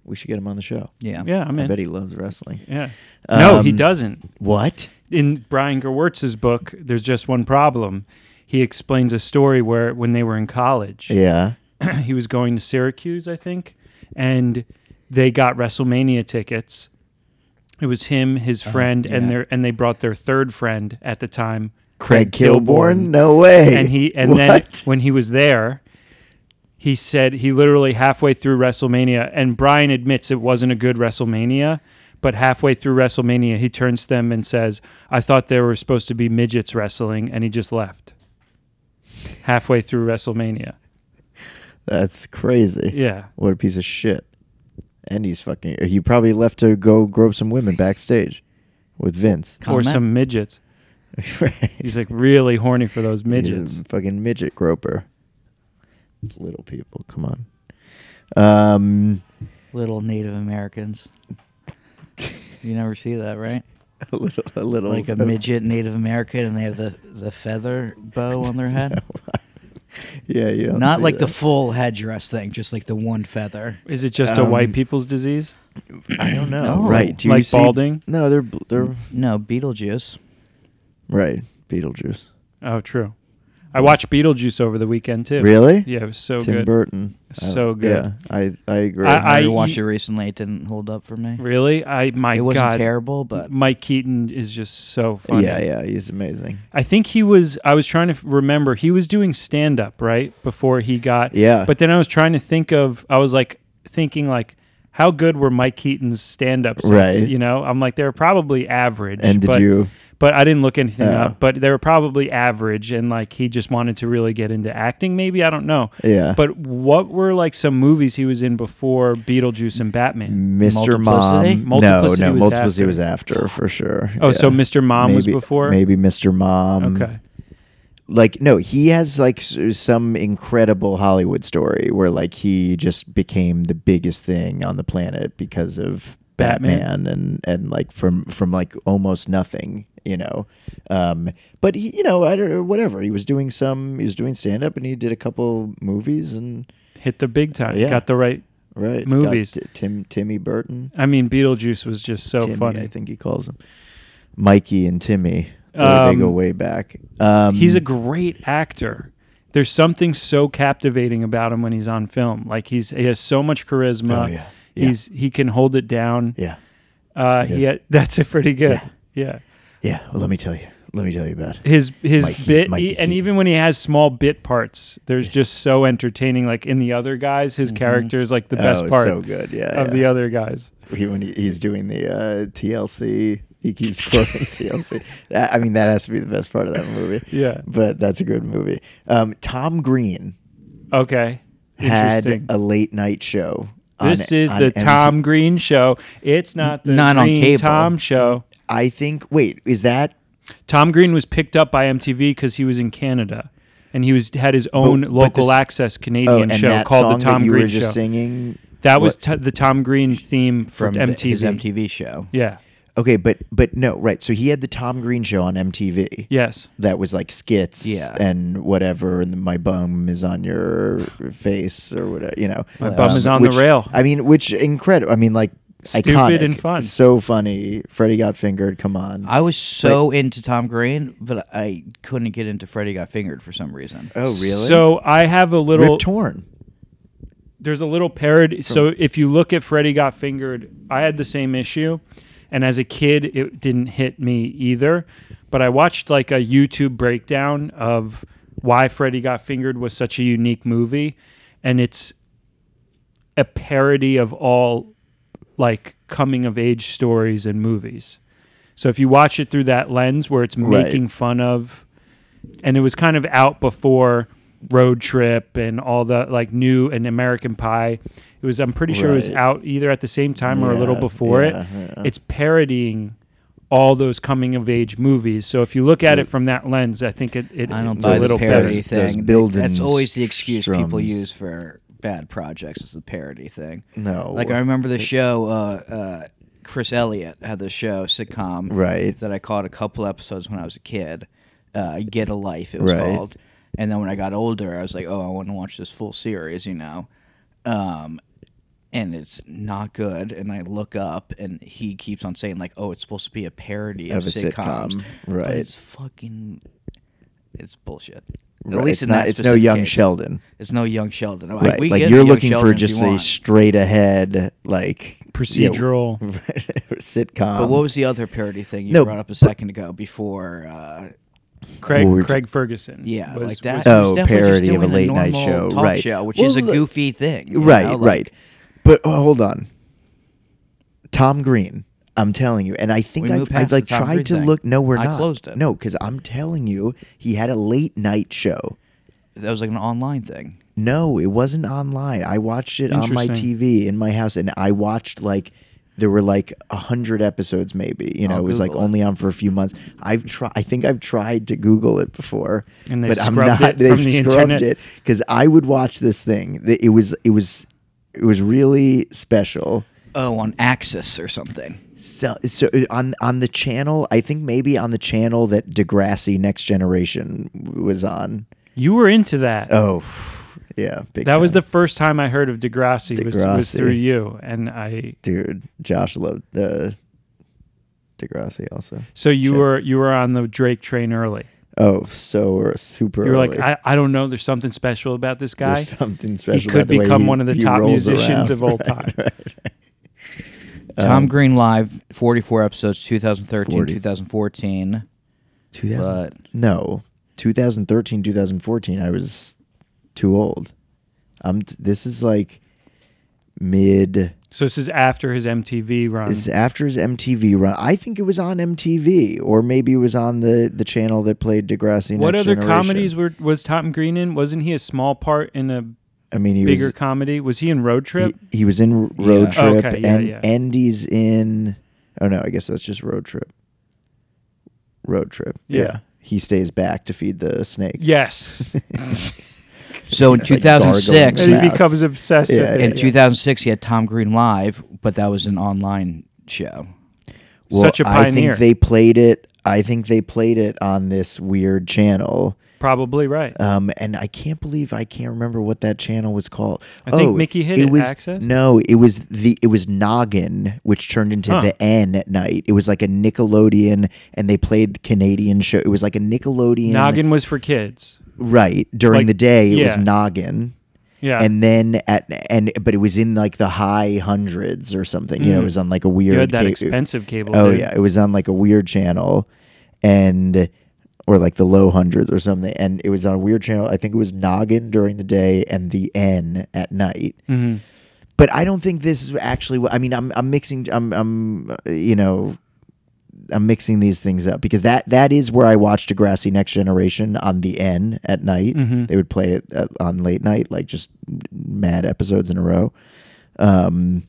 [SPEAKER 1] we should get him on the show.
[SPEAKER 2] Yeah.
[SPEAKER 3] Yeah. I'm
[SPEAKER 1] I
[SPEAKER 3] in.
[SPEAKER 1] bet he loves wrestling.
[SPEAKER 3] yeah. no, he
[SPEAKER 1] Um,
[SPEAKER 3] doesn't.
[SPEAKER 1] What?
[SPEAKER 3] In Brian Gerwertz's book, there's just one problem. He explains a story where when they were in college,
[SPEAKER 1] Yeah.
[SPEAKER 3] [CLEARS THROAT] he was going to Syracuse, I think, and they got WrestleMania tickets. It was him, his friend, and
[SPEAKER 1] Uh-huh.
[SPEAKER 2] yeah.
[SPEAKER 3] their and they brought their third friend at the time,
[SPEAKER 1] Craig Kilborn?
[SPEAKER 3] Kilborn.
[SPEAKER 1] No way.
[SPEAKER 3] and he and then
[SPEAKER 1] What?
[SPEAKER 3] when he was there he said he literally halfway through WrestleMania and Brian admits it wasn't a good WrestleMania but halfway through WrestleMania he turns to them and says I thought there were supposed to be midgets wrestling and he just left halfway through WrestleMania
[SPEAKER 1] That's crazy.
[SPEAKER 3] yeah
[SPEAKER 1] What a piece of shit. And he's fucking. He probably left to go grope some women backstage with Vince.
[SPEAKER 2] Comment?
[SPEAKER 3] or some midgets
[SPEAKER 1] right.
[SPEAKER 3] he's like really horny for those midgets
[SPEAKER 1] He's a fucking midget groper. It's little people. Come on. Um,
[SPEAKER 2] little Native Americans. You never see that, right?
[SPEAKER 1] [LAUGHS] a little, a little,
[SPEAKER 2] Like a midget Native American, and they have the the feather bow on their head.
[SPEAKER 1] [LAUGHS] yeah, you don't
[SPEAKER 2] Not
[SPEAKER 1] see
[SPEAKER 2] like the
[SPEAKER 1] that.
[SPEAKER 2] full headdress thing, just like the one feather.
[SPEAKER 3] is it just a
[SPEAKER 1] Um,
[SPEAKER 3] white people's disease
[SPEAKER 1] I don't know.
[SPEAKER 2] No.
[SPEAKER 1] Right? Do you
[SPEAKER 3] Like
[SPEAKER 1] see-
[SPEAKER 3] balding?
[SPEAKER 1] No, they're bl- they're
[SPEAKER 2] No, Beetlejuice.
[SPEAKER 1] right. Beetlejuice.
[SPEAKER 3] oh true I watched Beetlejuice over the weekend too
[SPEAKER 1] Really?
[SPEAKER 3] yeah it was so
[SPEAKER 1] Tim
[SPEAKER 3] good
[SPEAKER 1] Burton. I-
[SPEAKER 3] So good.
[SPEAKER 1] Yeah, I I agree.
[SPEAKER 3] I-
[SPEAKER 2] I watched it recently. It didn't hold up for me.
[SPEAKER 3] really I my
[SPEAKER 2] it wasn't
[SPEAKER 3] god
[SPEAKER 2] terrible, but
[SPEAKER 3] Mike Keaton is just so funny.
[SPEAKER 1] yeah, yeah, he's amazing.
[SPEAKER 3] I think he was. I was trying to f- remember. He was doing stand up right before he got.
[SPEAKER 1] Yeah.
[SPEAKER 3] But then I was trying to think of. I was like thinking like, how good were Mike Keaton's stand up sets?
[SPEAKER 1] Right.
[SPEAKER 3] You know, I'm like they were probably average.
[SPEAKER 1] And did
[SPEAKER 3] but,
[SPEAKER 1] you?
[SPEAKER 3] But I didn't look anything
[SPEAKER 1] Yeah.
[SPEAKER 3] up. But they were probably average, and like he just wanted to really get into acting. Maybe I don't know.
[SPEAKER 1] Yeah.
[SPEAKER 3] But what were like some movies he was in before Beetlejuice and Batman?
[SPEAKER 1] Mr.
[SPEAKER 2] Multiplicity?
[SPEAKER 1] Mom.
[SPEAKER 3] Multiplicity
[SPEAKER 1] no, no,
[SPEAKER 3] was
[SPEAKER 1] multiplicity
[SPEAKER 3] after.
[SPEAKER 1] was after for sure.
[SPEAKER 3] Oh, so
[SPEAKER 1] Yeah.
[SPEAKER 3] Mr. Mom was
[SPEAKER 1] Maybe-
[SPEAKER 3] before?
[SPEAKER 1] Maybe um, Mr. Mom.
[SPEAKER 3] Okay.
[SPEAKER 1] Like no, he has like s- some incredible Hollywood story where like he just became the biggest thing on the planet because of
[SPEAKER 3] Batman?
[SPEAKER 1] Batman and and like from from like almost nothing, you know. Um but he, you know, I don't whatever. He was doing some he was doing stand up and he did a couple movies and
[SPEAKER 3] Hit the big time.
[SPEAKER 1] Yeah.
[SPEAKER 3] Got the right
[SPEAKER 1] right got
[SPEAKER 3] Movies.
[SPEAKER 1] T- Tim Timmy Burton.
[SPEAKER 3] I mean, Beetlejuice was just so
[SPEAKER 1] Timmy,
[SPEAKER 3] funny.
[SPEAKER 1] I think he calls him Mikey and Timmy. They- they
[SPEAKER 3] Um,
[SPEAKER 1] go way back. Um,
[SPEAKER 3] He's a great actor. There's something so captivating about him when he's on film. Like he's he has so much charisma.
[SPEAKER 1] Oh, yeah. Yeah.
[SPEAKER 3] He's he can hold it down.
[SPEAKER 1] yeah,
[SPEAKER 3] Uh,
[SPEAKER 1] He
[SPEAKER 3] he
[SPEAKER 1] is.
[SPEAKER 3] had- [LAUGHS] that's a pretty good.
[SPEAKER 1] Yeah.
[SPEAKER 3] Yeah.
[SPEAKER 1] yeah. Well, let me tell you. Let me tell you about it.
[SPEAKER 3] His his
[SPEAKER 1] Mikey-
[SPEAKER 3] bit e,
[SPEAKER 1] Mikey
[SPEAKER 3] and
[SPEAKER 1] Heaton.
[SPEAKER 3] even when he has small bit parts, there's just so entertaining. Like in the other guys, his character is like the
[SPEAKER 1] oh,
[SPEAKER 3] best
[SPEAKER 1] it's
[SPEAKER 3] part
[SPEAKER 1] So good. Yeah.
[SPEAKER 3] of the
[SPEAKER 1] yeah.
[SPEAKER 3] other guys.
[SPEAKER 1] He- [LAUGHS] when he, he's doing the uh, TLC, he keeps quoting [LAUGHS] TLC. That- I mean, that has to be the best part of that movie.
[SPEAKER 3] [LAUGHS] Yeah.
[SPEAKER 1] But that's a good movie. Um, Tom Green
[SPEAKER 3] Okay.
[SPEAKER 1] had
[SPEAKER 3] Interesting.
[SPEAKER 1] a late night show. on-
[SPEAKER 3] this is
[SPEAKER 1] on
[SPEAKER 3] the
[SPEAKER 1] MT
[SPEAKER 3] Tom Green show. It's not the
[SPEAKER 2] Not on
[SPEAKER 3] Green
[SPEAKER 2] cable.
[SPEAKER 3] Tom show.
[SPEAKER 1] I think. Wait, is that
[SPEAKER 3] Tom Green was picked up by MTV because he was in Canada, and he was had his own
[SPEAKER 1] but
[SPEAKER 3] local
[SPEAKER 1] this-
[SPEAKER 3] access
[SPEAKER 1] oh,
[SPEAKER 3] Canadian
[SPEAKER 1] and
[SPEAKER 3] show
[SPEAKER 1] that
[SPEAKER 3] called
[SPEAKER 1] song
[SPEAKER 3] the Tom
[SPEAKER 1] that you
[SPEAKER 3] Green
[SPEAKER 1] were just
[SPEAKER 3] Show.
[SPEAKER 1] singing?
[SPEAKER 3] that was
[SPEAKER 1] what-
[SPEAKER 3] t- the Tom Green theme
[SPEAKER 2] from
[SPEAKER 3] from
[SPEAKER 2] the-
[SPEAKER 3] MTV.
[SPEAKER 2] his MTV show.
[SPEAKER 3] Yeah.
[SPEAKER 1] Okay, but but no, right. So he had the Tom Green show on MTV.
[SPEAKER 3] Yes.
[SPEAKER 1] That was like skits
[SPEAKER 2] Yeah.
[SPEAKER 1] and whatever, and my bum is on your face or whatever, you know. My
[SPEAKER 3] bum is on the rail.
[SPEAKER 1] I mean, which incredible. I mean, like
[SPEAKER 3] Stupid
[SPEAKER 1] iconic.
[SPEAKER 3] and fun.
[SPEAKER 1] So funny. Freddie got fingered. Come on.
[SPEAKER 2] I was so into Tom Green, but I couldn't get into Freddie Got Fingered for some reason.
[SPEAKER 1] oh, really?
[SPEAKER 3] So I have a
[SPEAKER 1] Rip
[SPEAKER 3] little.
[SPEAKER 1] torn.
[SPEAKER 3] there's a little parody. So if you look at Freddy Got Fingered, I had the same issue. And as a kid, it didn't hit me either. But I watched like a YouTube breakdown of why Freddy Got Fingered was such a unique movie. And it's a parody of all like coming of age stories and movies. So if you watch it through that lens where it's
[SPEAKER 1] Right.
[SPEAKER 3] making fun of and it was kind of out before Road Trip and all the like new and American Pie. It was I'm pretty sure it was
[SPEAKER 1] Right.
[SPEAKER 3] out either at the same time or a little
[SPEAKER 1] Yeah,
[SPEAKER 3] before
[SPEAKER 1] yeah,
[SPEAKER 3] it.
[SPEAKER 1] yeah.
[SPEAKER 3] It's parodying all those coming of age movies. So if you look at it from that lens, I think it, it
[SPEAKER 2] I don't
[SPEAKER 3] it's
[SPEAKER 2] buy
[SPEAKER 3] a
[SPEAKER 2] the
[SPEAKER 3] little
[SPEAKER 2] parody
[SPEAKER 3] better.
[SPEAKER 1] Those- those
[SPEAKER 2] thing.
[SPEAKER 1] buildings,
[SPEAKER 2] That's always the excuse people
[SPEAKER 1] strums.
[SPEAKER 2] use for bad projects is the parody thing.
[SPEAKER 1] No.
[SPEAKER 2] Like I remember the show. Uh, uh, Chris Elliott had the show sitcom
[SPEAKER 1] Right.
[SPEAKER 2] that I caught a couple episodes when I was a kid. Uh, Get a Life, it was
[SPEAKER 1] Right.
[SPEAKER 2] called. And then when I got older, I was like, oh, I want to watch this full series, you know. Um, and it's not good. And I look up, and he keeps on saying like, oh, it's supposed to be a parody of,
[SPEAKER 1] Of a sitcom,
[SPEAKER 2] sitcoms,
[SPEAKER 1] right.
[SPEAKER 2] But it's fucking, it's bullshit. At
[SPEAKER 1] Right,
[SPEAKER 2] least
[SPEAKER 1] it's
[SPEAKER 2] in
[SPEAKER 1] not.
[SPEAKER 2] that
[SPEAKER 1] It's no
[SPEAKER 2] specific
[SPEAKER 1] young
[SPEAKER 2] case.
[SPEAKER 1] Sheldon.
[SPEAKER 2] It's no young Sheldon. Like,
[SPEAKER 1] Right.
[SPEAKER 2] we
[SPEAKER 1] Like
[SPEAKER 2] get
[SPEAKER 1] you're
[SPEAKER 2] young
[SPEAKER 1] looking
[SPEAKER 2] Sheldon
[SPEAKER 1] for
[SPEAKER 2] if you
[SPEAKER 1] just a
[SPEAKER 2] want.
[SPEAKER 1] straight ahead, like you know,
[SPEAKER 3] Procedural.
[SPEAKER 1] [LAUGHS] sitcom.
[SPEAKER 2] But what was the other parody thing you
[SPEAKER 1] um, No,
[SPEAKER 2] brought up a
[SPEAKER 1] but-
[SPEAKER 2] second ago before uh,
[SPEAKER 3] Craig
[SPEAKER 1] Or-
[SPEAKER 3] Craig Ferguson.
[SPEAKER 2] Yeah,
[SPEAKER 3] was-
[SPEAKER 2] like that.
[SPEAKER 3] was-
[SPEAKER 2] He was
[SPEAKER 1] Oh,
[SPEAKER 2] definitely just
[SPEAKER 1] parody of
[SPEAKER 2] doing
[SPEAKER 1] a late night
[SPEAKER 2] normal
[SPEAKER 1] show,
[SPEAKER 2] talk
[SPEAKER 1] right.
[SPEAKER 2] show, which
[SPEAKER 1] Well,
[SPEAKER 2] is a
[SPEAKER 1] look-
[SPEAKER 2] goofy thing, you
[SPEAKER 1] right,
[SPEAKER 2] know, like-
[SPEAKER 1] right. But oh, hold on, Tom Green. I'm telling you, and I think
[SPEAKER 2] We
[SPEAKER 1] I've,
[SPEAKER 2] moved past
[SPEAKER 1] I've, like
[SPEAKER 2] the Tom
[SPEAKER 1] tried
[SPEAKER 2] Green
[SPEAKER 1] to
[SPEAKER 2] thing.
[SPEAKER 1] look. No, we're
[SPEAKER 2] I
[SPEAKER 1] not.
[SPEAKER 2] closed it.
[SPEAKER 1] No, because I'm telling you, he had a late night show.
[SPEAKER 2] That was like an online thing.
[SPEAKER 1] No, it wasn't online. I watched it on my
[SPEAKER 3] Interesting.
[SPEAKER 1] TV in my house, and I watched like there were like a hundred episodes, maybe. You
[SPEAKER 3] Oh,
[SPEAKER 1] know,
[SPEAKER 2] I'll
[SPEAKER 1] it was like
[SPEAKER 2] Google it.
[SPEAKER 1] only on for a few months. I've tried. I think I've tried to Google it before,
[SPEAKER 3] And they've
[SPEAKER 1] but I'm
[SPEAKER 3] scrubbed
[SPEAKER 1] not. [LAUGHS]
[SPEAKER 3] it
[SPEAKER 1] they've
[SPEAKER 3] from the
[SPEAKER 1] scrubbed
[SPEAKER 3] internet.
[SPEAKER 1] it because I would watch this thing. That It was. It was. It was really special.
[SPEAKER 2] Oh, on Axis or something.
[SPEAKER 1] So, so uh, on on the channel, I think maybe on the channel that Degrassi Next Generation was on.
[SPEAKER 3] you were into that.
[SPEAKER 1] Oh, yeah, big
[SPEAKER 3] that was
[SPEAKER 1] time.
[SPEAKER 3] the first time I heard of Degrassi, Was, was
[SPEAKER 1] Degrassi.
[SPEAKER 3] through you, and I.
[SPEAKER 1] dude. Josh loved uh, Degrassi also.
[SPEAKER 3] So you
[SPEAKER 1] Shit.
[SPEAKER 3] were you were on the Drake train early.
[SPEAKER 1] Oh, so we're super.
[SPEAKER 3] You were like,
[SPEAKER 1] early.
[SPEAKER 3] I, I don't know. There's something special about this guy.
[SPEAKER 1] There's something special.
[SPEAKER 3] could
[SPEAKER 1] about the way
[SPEAKER 3] become one of the
[SPEAKER 1] he
[SPEAKER 3] top
[SPEAKER 1] rolls around.
[SPEAKER 3] musicians of all
[SPEAKER 1] [LAUGHS] Right,
[SPEAKER 3] time.
[SPEAKER 1] right. Um,
[SPEAKER 2] Tom Green live, forty-four episodes, 2013,
[SPEAKER 1] 40.
[SPEAKER 2] 2014.
[SPEAKER 1] 2000
[SPEAKER 2] But
[SPEAKER 1] no, 2013, 2014. I was too old. I'm. T- this is like mid.
[SPEAKER 3] So this is after his MTV run.
[SPEAKER 1] This is after his MTV run. I think it was on MTV, or maybe it was on the the channel that played Degrassi.
[SPEAKER 3] what
[SPEAKER 1] Next
[SPEAKER 3] other
[SPEAKER 1] Generation.
[SPEAKER 3] comedies were was Tom Green in? Wasn't he a small part in a
[SPEAKER 1] I mean, he
[SPEAKER 3] bigger
[SPEAKER 1] was
[SPEAKER 3] comedy? Was he in Road Trip?
[SPEAKER 1] He, he was in R- Road
[SPEAKER 2] Yeah.
[SPEAKER 1] Trip,
[SPEAKER 3] Okay, yeah,
[SPEAKER 1] and
[SPEAKER 3] yeah.
[SPEAKER 1] Andy's in. Oh no, I guess that's just Road Trip. Road Trip.
[SPEAKER 3] Yeah.
[SPEAKER 1] Yeah. he stays back to feed the snake. [LAUGHS]
[SPEAKER 3] yes.
[SPEAKER 2] so in
[SPEAKER 1] It's like
[SPEAKER 2] 2006,
[SPEAKER 1] gargling
[SPEAKER 3] and he
[SPEAKER 1] Mouse.
[SPEAKER 3] becomes obsessed
[SPEAKER 1] Yeah,
[SPEAKER 3] with
[SPEAKER 1] yeah,
[SPEAKER 3] it.
[SPEAKER 2] in 2006 he had Tom Green live, but that was an online show.
[SPEAKER 1] Well,
[SPEAKER 3] Such a
[SPEAKER 1] I
[SPEAKER 3] pioneer.
[SPEAKER 1] think they played it. I think they played it on this weird channel.
[SPEAKER 3] Probably right.
[SPEAKER 1] Um, and I can't believe I can't remember what that channel was called. Oh,
[SPEAKER 3] I think Mickey hit it,
[SPEAKER 1] was,
[SPEAKER 3] Access?
[SPEAKER 1] No, it was the it was Noggin, which turned into
[SPEAKER 3] Huh.
[SPEAKER 1] the N at night. It was like a Nickelodeon, and they played the Canadian show. It was like a Nickelodeon
[SPEAKER 3] Noggin was for kids.
[SPEAKER 1] right during
[SPEAKER 3] Like,
[SPEAKER 1] the day. It was
[SPEAKER 3] yeah.
[SPEAKER 1] Noggin,
[SPEAKER 3] Yeah.
[SPEAKER 1] and then at and but it was in like the high hundreds or something. You know, it was on like a weird.
[SPEAKER 3] Mm. you had that
[SPEAKER 1] ca-
[SPEAKER 3] expensive cable.
[SPEAKER 1] Oh
[SPEAKER 3] dude.
[SPEAKER 1] yeah, it was on like a weird channel, and or like the low hundreds or something. And it was on a weird channel. I think it was Noggin during the day and the N at night.
[SPEAKER 3] Mhm.
[SPEAKER 1] But I don't think this is actually. what I mean, I'm I'm mixing. I'm I'm uh, you know. I'm mixing these things up because that that is where I watched Degrassi Next Generation on the N at night. They would play it at, on late night, like just mad episodes in a row. Um,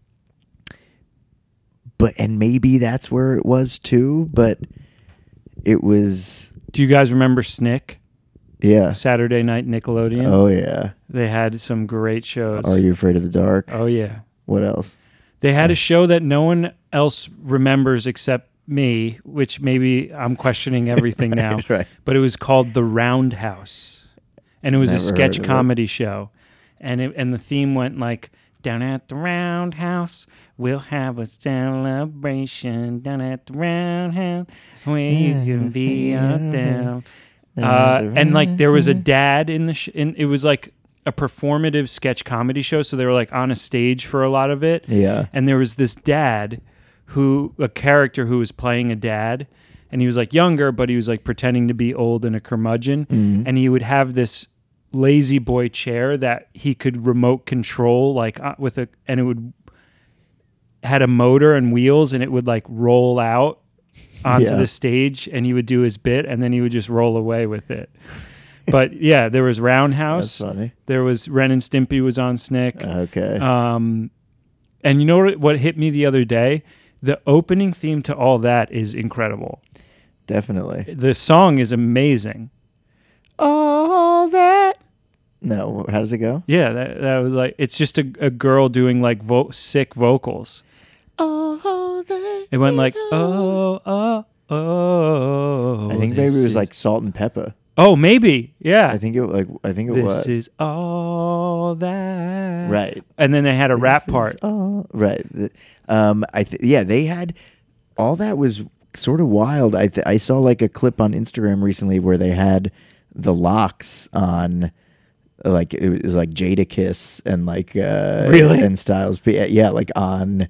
[SPEAKER 1] but and maybe that's where it was too but it was
[SPEAKER 3] Do you guys remember Snick?
[SPEAKER 1] yeah
[SPEAKER 3] Saturday Night Nickelodeon.
[SPEAKER 1] oh yeah
[SPEAKER 3] They had some great shows.
[SPEAKER 1] are you afraid of the dark
[SPEAKER 3] Oh yeah.
[SPEAKER 1] what else
[SPEAKER 3] They had
[SPEAKER 1] Hmm.
[SPEAKER 3] a show that no one else remembers except me, which maybe I'm
[SPEAKER 1] [LAUGHS]
[SPEAKER 3] questioning everything now.
[SPEAKER 1] right.
[SPEAKER 3] But it was called The Roundhouse. And it was a
[SPEAKER 1] Never heard
[SPEAKER 3] sketch
[SPEAKER 1] of it.
[SPEAKER 3] comedy show. And it, and the theme went like down at the roundhouse, we'll have a celebration. Down at the roundhouse, where you can be out there. Uh, and like there was a dad in the sh- in, it was like a performative sketch comedy show so they were like on a stage for a lot of it
[SPEAKER 1] Yeah.
[SPEAKER 3] and there was this dad who a character who was playing a dad and he was like younger but he was like pretending to be old and a curmudgeon
[SPEAKER 1] Mm-hmm.
[SPEAKER 3] and he would have this lazy boy chair that he could remote control like uh, with a and it would had a motor and wheels and it would like roll out onto
[SPEAKER 1] Yeah.
[SPEAKER 3] the stage and he would do his bit and then he would just roll away with it. But yeah, there was
[SPEAKER 1] [LAUGHS]
[SPEAKER 3] Roundhouse.
[SPEAKER 1] that's funny
[SPEAKER 3] There was Ren and Stimpy was on Snick.
[SPEAKER 1] okay
[SPEAKER 3] Um, and you know what, what hit me the other day? The opening theme to all that is incredible.
[SPEAKER 1] definitely
[SPEAKER 3] The song is amazing.
[SPEAKER 1] all that no how does it go
[SPEAKER 3] Yeah, that, that was like it's just a, a girl doing like vo- sick vocals.
[SPEAKER 1] all that
[SPEAKER 3] It went
[SPEAKER 1] is
[SPEAKER 3] like
[SPEAKER 1] all-
[SPEAKER 3] oh oh oh.
[SPEAKER 1] i think maybe it
[SPEAKER 3] this
[SPEAKER 1] was
[SPEAKER 3] is-
[SPEAKER 1] like salt and pepper
[SPEAKER 3] oh maybe yeah.
[SPEAKER 1] i think it like i think it
[SPEAKER 3] this
[SPEAKER 1] was
[SPEAKER 3] is all that.
[SPEAKER 1] right
[SPEAKER 3] And then they had a rap
[SPEAKER 1] This is
[SPEAKER 3] part.
[SPEAKER 1] all- right. The- Um, I th- yeah, they had all that was sort of wild. I th- I saw like a clip on Instagram recently where they had the locks on. Like it was like Jada Kiss and like uh
[SPEAKER 3] Really?
[SPEAKER 1] and Styles P yeah like on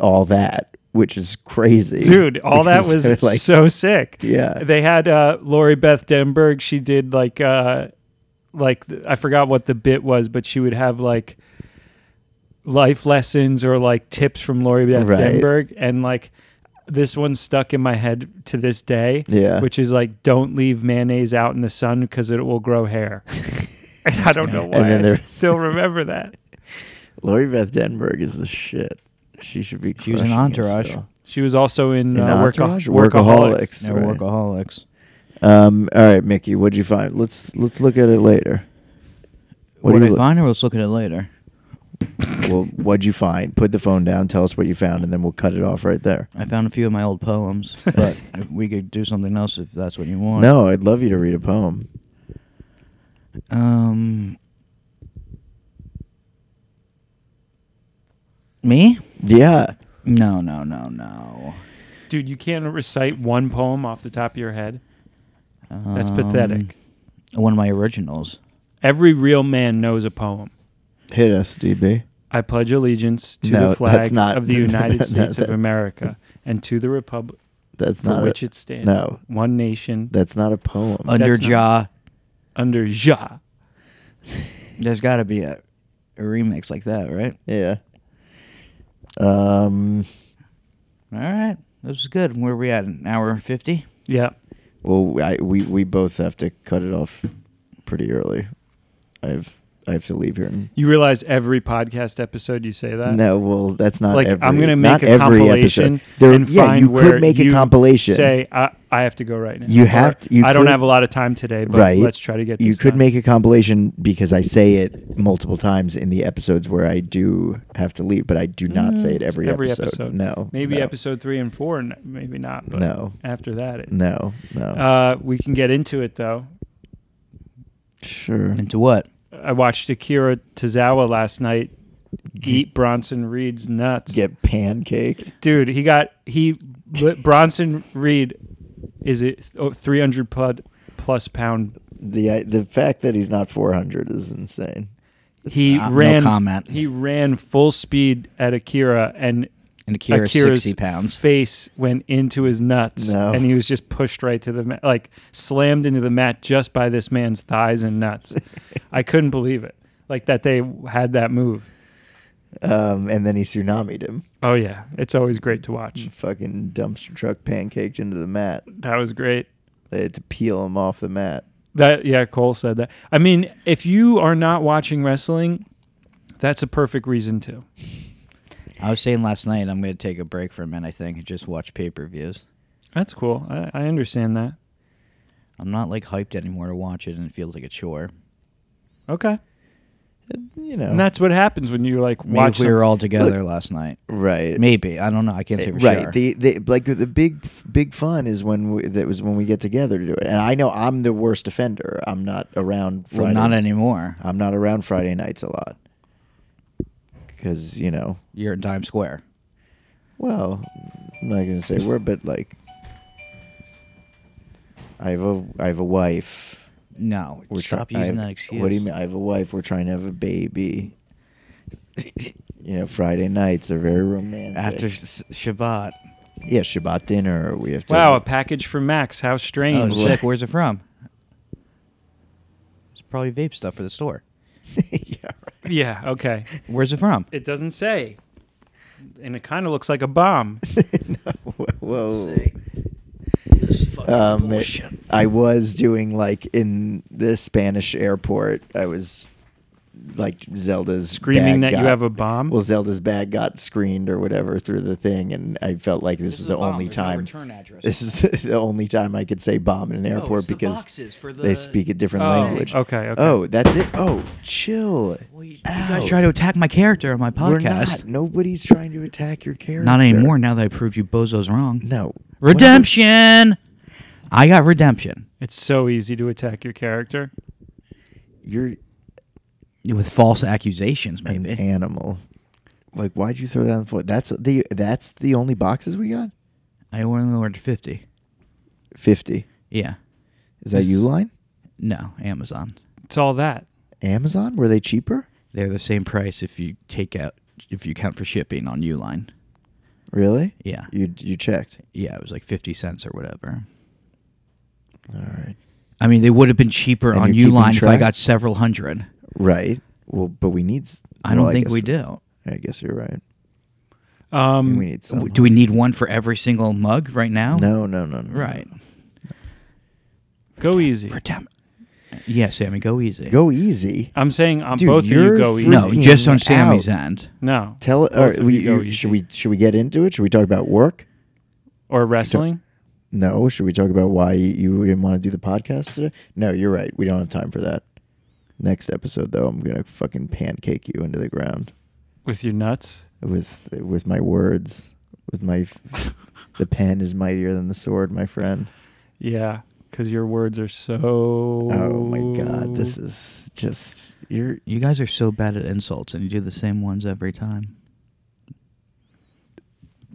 [SPEAKER 1] all that which is crazy, [LAUGHS]
[SPEAKER 3] dude all that
[SPEAKER 1] Because
[SPEAKER 3] was
[SPEAKER 1] they're like
[SPEAKER 3] so sick
[SPEAKER 1] Yeah.
[SPEAKER 3] they had uh lori beth denberg she did like uh like th- i forgot what the bit was but she would have like life lessons or like tips from lori beth
[SPEAKER 1] Right.
[SPEAKER 3] denberg and like this one stuck in my head to this day
[SPEAKER 1] Yeah.
[SPEAKER 3] which is like don't leave mayonnaise out in the sun because it will grow
[SPEAKER 1] [LAUGHS]
[SPEAKER 3] hair and i don't know why
[SPEAKER 1] then
[SPEAKER 3] i
[SPEAKER 1] there-
[SPEAKER 3] still remember that
[SPEAKER 1] Lori Beth Denberg is the shit. She should be.
[SPEAKER 2] She was in
[SPEAKER 1] crushing it
[SPEAKER 2] Entourage.
[SPEAKER 1] still.
[SPEAKER 3] she was also in,
[SPEAKER 1] In
[SPEAKER 3] uh, Worka-
[SPEAKER 1] Entourage?
[SPEAKER 3] workaholics.
[SPEAKER 1] Workaholics.
[SPEAKER 2] They're
[SPEAKER 1] Right.
[SPEAKER 2] workaholics.
[SPEAKER 1] Um. All right, Mickey. What'd you find? Let's let's look at it later. What
[SPEAKER 2] What
[SPEAKER 1] do
[SPEAKER 2] did
[SPEAKER 1] you
[SPEAKER 2] I
[SPEAKER 1] look-
[SPEAKER 2] find? Or let's look at it later.
[SPEAKER 1] Well, what'd you find? Put the phone down. Tell us what you found, and then we'll cut it off right there.
[SPEAKER 2] I found a few of my
[SPEAKER 1] [LAUGHS]
[SPEAKER 2] old poems, but we could do something else if that's what you want.
[SPEAKER 1] No, I'd love you to read a poem.
[SPEAKER 2] Um. Me?
[SPEAKER 1] Yeah.
[SPEAKER 2] No, no, no, no.
[SPEAKER 3] Dude, you can't recite one poem off the top of your head. That's pathetic.
[SPEAKER 2] Um, One of my originals.
[SPEAKER 3] Every real man knows a poem.
[SPEAKER 1] Hit us, DB.
[SPEAKER 3] I pledge allegiance to
[SPEAKER 1] No,
[SPEAKER 3] the
[SPEAKER 1] that's
[SPEAKER 3] flag
[SPEAKER 1] not- [LAUGHS]
[SPEAKER 3] of the United
[SPEAKER 1] no,
[SPEAKER 3] States of
[SPEAKER 1] that- [LAUGHS]
[SPEAKER 3] America and to the republic
[SPEAKER 1] That's
[SPEAKER 3] for
[SPEAKER 1] not
[SPEAKER 3] which
[SPEAKER 1] a,
[SPEAKER 3] it stands,
[SPEAKER 1] no.
[SPEAKER 3] one nation
[SPEAKER 1] That's not a poem.
[SPEAKER 2] Under
[SPEAKER 3] That's not-
[SPEAKER 2] jaw.
[SPEAKER 3] under Jah.
[SPEAKER 2] There's got to be a, a remix like that, right?
[SPEAKER 1] yeah. Um.
[SPEAKER 2] All right. This is good. Where are we at? An hour 50?
[SPEAKER 3] Yeah.
[SPEAKER 1] Well, I, we we both have to cut it off pretty early. I've I have to leave here. And,
[SPEAKER 3] You realize every podcast episode you say that?
[SPEAKER 1] no, well, that's not
[SPEAKER 3] Like
[SPEAKER 1] every-
[SPEAKER 3] I'm gonna make
[SPEAKER 1] not
[SPEAKER 3] a
[SPEAKER 1] every
[SPEAKER 3] compilation
[SPEAKER 1] episode. There-
[SPEAKER 3] and
[SPEAKER 1] yeah,
[SPEAKER 3] find
[SPEAKER 1] you
[SPEAKER 3] where
[SPEAKER 1] could make
[SPEAKER 3] you
[SPEAKER 1] a compilation.
[SPEAKER 3] Say I, I have to go right now.
[SPEAKER 1] You have
[SPEAKER 3] Or,
[SPEAKER 1] to- you
[SPEAKER 3] I don't
[SPEAKER 1] could-
[SPEAKER 3] have a lot of time today, but
[SPEAKER 1] right.
[SPEAKER 3] let's try to get.
[SPEAKER 1] You
[SPEAKER 3] this
[SPEAKER 1] could
[SPEAKER 3] done.
[SPEAKER 1] make a compilation because I say it multiple times in the episodes where I do have to leave, but I do not say it
[SPEAKER 3] It's
[SPEAKER 1] every, episode. No,
[SPEAKER 3] Mm, Maybe
[SPEAKER 1] no,
[SPEAKER 3] episode three and four, n- maybe not. But
[SPEAKER 1] No.
[SPEAKER 3] After that, it,
[SPEAKER 1] No, no.
[SPEAKER 3] uh, we can get into it though.
[SPEAKER 1] sure.
[SPEAKER 2] Into what?
[SPEAKER 3] I watched Akira Tozawa last night eat Bronson Reed's nuts.
[SPEAKER 1] Get pancaked.
[SPEAKER 3] Dude, he got he li- Bronson Reed is it oh, 300 plus, plus pound.
[SPEAKER 1] The I the fact that he's not 400 is insane.
[SPEAKER 3] He
[SPEAKER 2] Uh, no
[SPEAKER 3] ran
[SPEAKER 2] comment.
[SPEAKER 3] he ran full speed at Akira and
[SPEAKER 2] And Akira's,
[SPEAKER 3] Akira's
[SPEAKER 2] 60 pounds.
[SPEAKER 3] face went into his nuts,
[SPEAKER 1] No.
[SPEAKER 3] and he was just pushed right to the mat, like slammed into the mat just by this man's thighs
[SPEAKER 2] [LAUGHS]
[SPEAKER 3] and nuts. I couldn't believe it, like that they had that move.
[SPEAKER 1] Um, and then he tsunamied him.
[SPEAKER 3] Oh yeah, it's always great to
[SPEAKER 2] Mm,
[SPEAKER 3] watch.
[SPEAKER 1] Fucking dumpster truck pancaked into the mat.
[SPEAKER 3] That was great.
[SPEAKER 1] They had to peel him off the mat.
[SPEAKER 3] That yeah, Cole said that. I mean, if you are not watching wrestling, that's a perfect reason to.
[SPEAKER 2] I was saying last night I'm going to take a break for a minute, I think, and just watch pay per views.
[SPEAKER 3] That's cool. I, I understand that.
[SPEAKER 2] I'm not like hyped anymore to watch it, and it feels like a chore.
[SPEAKER 3] Okay,
[SPEAKER 1] You know,
[SPEAKER 3] and that's what happens when you like
[SPEAKER 2] Maybe
[SPEAKER 3] watch.
[SPEAKER 2] if we
[SPEAKER 3] some-
[SPEAKER 2] were all together last night.
[SPEAKER 1] right.
[SPEAKER 2] Maybe I don't know. I can't say for
[SPEAKER 1] right.
[SPEAKER 2] sure.
[SPEAKER 1] The, the like the big big fun is when we, that was when we get together to do it. And I know I'm the worst offender. I'm not around
[SPEAKER 2] well,
[SPEAKER 1] Friday. Uh,
[SPEAKER 2] not anymore.
[SPEAKER 1] I'm not around Friday nights a lot. Cuz, you know,
[SPEAKER 2] You're in Times Square.
[SPEAKER 1] well, I'm not going to say where but like I have a I have a wife.
[SPEAKER 2] No,
[SPEAKER 1] try-
[SPEAKER 2] stop
[SPEAKER 1] I
[SPEAKER 2] using
[SPEAKER 1] have-
[SPEAKER 2] that excuse.
[SPEAKER 1] What do you mean? I have a wife. We're trying to have a baby. [LAUGHS] you know, Friday nights are very romantic.
[SPEAKER 2] After s- Shabbat.
[SPEAKER 1] yeah, Shabbat dinner. We have to
[SPEAKER 3] wow, a package from Max. How
[SPEAKER 2] Oh,
[SPEAKER 3] strange.
[SPEAKER 2] sick. Where's it from? It's probably vape stuff for the store.
[SPEAKER 1] [LAUGHS] yeah, right.
[SPEAKER 3] yeah. Okay.
[SPEAKER 2] Where's it
[SPEAKER 3] [LAUGHS]
[SPEAKER 2] from?
[SPEAKER 3] It doesn't say. And it kind of looks like
[SPEAKER 1] [LAUGHS]
[SPEAKER 3] a bomb.
[SPEAKER 1] [LAUGHS] No, wh- whoa.
[SPEAKER 2] This is fucking
[SPEAKER 1] Um, it-
[SPEAKER 2] bullshit.
[SPEAKER 1] I was doing like in the Spanish airport. I was like Zelda's
[SPEAKER 3] Screaming that
[SPEAKER 1] bag
[SPEAKER 3] you
[SPEAKER 1] got-
[SPEAKER 3] have a bomb?
[SPEAKER 1] Well, Zelda's bag got screened or whatever through the thing, and I felt like this,
[SPEAKER 2] This
[SPEAKER 1] is
[SPEAKER 2] is
[SPEAKER 1] the
[SPEAKER 2] a bomb.
[SPEAKER 1] only
[SPEAKER 2] There's no
[SPEAKER 1] time.
[SPEAKER 2] return address.
[SPEAKER 1] This is [LAUGHS] the only time I could say bomb in an
[SPEAKER 2] No,
[SPEAKER 1] airport
[SPEAKER 2] it's the
[SPEAKER 1] because
[SPEAKER 2] boxes for
[SPEAKER 1] they
[SPEAKER 2] the-
[SPEAKER 1] speak a different
[SPEAKER 3] Oh,
[SPEAKER 1] language.
[SPEAKER 3] okay, okay.
[SPEAKER 1] Oh, that's it. Oh, chill.
[SPEAKER 2] Well, you, you
[SPEAKER 1] Ow.
[SPEAKER 2] guys try to attack my character on my
[SPEAKER 1] We're
[SPEAKER 2] podcast.
[SPEAKER 1] not. Nobody's trying to attack your character.
[SPEAKER 2] Not anymore. Now that I proved you bozos wrong.
[SPEAKER 1] No.
[SPEAKER 2] Redemption. I got redemption
[SPEAKER 3] It's so easy to attack your character.
[SPEAKER 1] You're
[SPEAKER 2] with false accusations.
[SPEAKER 1] an
[SPEAKER 2] Maybe
[SPEAKER 1] animal. Like, why'd you throw that on the floor? That's the that's the only boxes we got.
[SPEAKER 2] I only ordered fifty.
[SPEAKER 1] Fifty.
[SPEAKER 2] Yeah.
[SPEAKER 1] Is that
[SPEAKER 2] This-
[SPEAKER 1] you line?
[SPEAKER 2] No, Amazon.
[SPEAKER 3] It's all that.
[SPEAKER 1] Amazon? Were they cheaper?
[SPEAKER 2] They're the same price if you take out if you count for shipping on Uline.
[SPEAKER 1] Really?
[SPEAKER 2] Yeah.
[SPEAKER 1] You you checked.
[SPEAKER 2] Yeah, it was like 50 cents or whatever.
[SPEAKER 1] All right.
[SPEAKER 2] I mean, they would have been cheaper
[SPEAKER 1] And
[SPEAKER 2] on
[SPEAKER 1] you're keeping
[SPEAKER 2] Uline if I
[SPEAKER 1] track?
[SPEAKER 2] got several hundred.
[SPEAKER 1] Right. Well, but we need. s-
[SPEAKER 2] I don't
[SPEAKER 1] well,
[SPEAKER 2] think
[SPEAKER 1] guess-
[SPEAKER 2] we do.
[SPEAKER 1] I guess you're right.
[SPEAKER 3] Um,
[SPEAKER 1] we need some.
[SPEAKER 2] Do we need one for every single mug right now?
[SPEAKER 1] No, no, no, no.
[SPEAKER 2] Right.
[SPEAKER 3] go easy.
[SPEAKER 2] For damn. Yeah, Sammy, go easy.
[SPEAKER 1] Go easy.
[SPEAKER 2] Uh,
[SPEAKER 3] I'm saying on
[SPEAKER 1] Dude,
[SPEAKER 3] both of you
[SPEAKER 1] you're
[SPEAKER 3] go easy.
[SPEAKER 2] no,
[SPEAKER 1] freaking
[SPEAKER 2] just on Sammy's
[SPEAKER 1] out.
[SPEAKER 2] end.
[SPEAKER 3] No.
[SPEAKER 1] Tell.
[SPEAKER 3] Both
[SPEAKER 1] Or,
[SPEAKER 3] of
[SPEAKER 1] we,
[SPEAKER 3] you go
[SPEAKER 1] you-
[SPEAKER 3] easy.
[SPEAKER 1] should we should we get into it? Should we talk about work?
[SPEAKER 3] or wrestling?
[SPEAKER 1] No. Should we talk about why you didn't want to do the podcast today? No, you're right. We don't have time for that. Next episode, though, I'm gonna fucking pancake you into the ground
[SPEAKER 3] With your nuts?
[SPEAKER 1] with with my words. With my,
[SPEAKER 2] [LAUGHS]
[SPEAKER 1] f- the pen is mightier than the sword, my friend.
[SPEAKER 3] Yeah, because your words are so.
[SPEAKER 1] Oh my god, this
[SPEAKER 3] [LAUGHS]
[SPEAKER 1] is just you're
[SPEAKER 2] You guys are so bad at insults, and you do the same ones every time.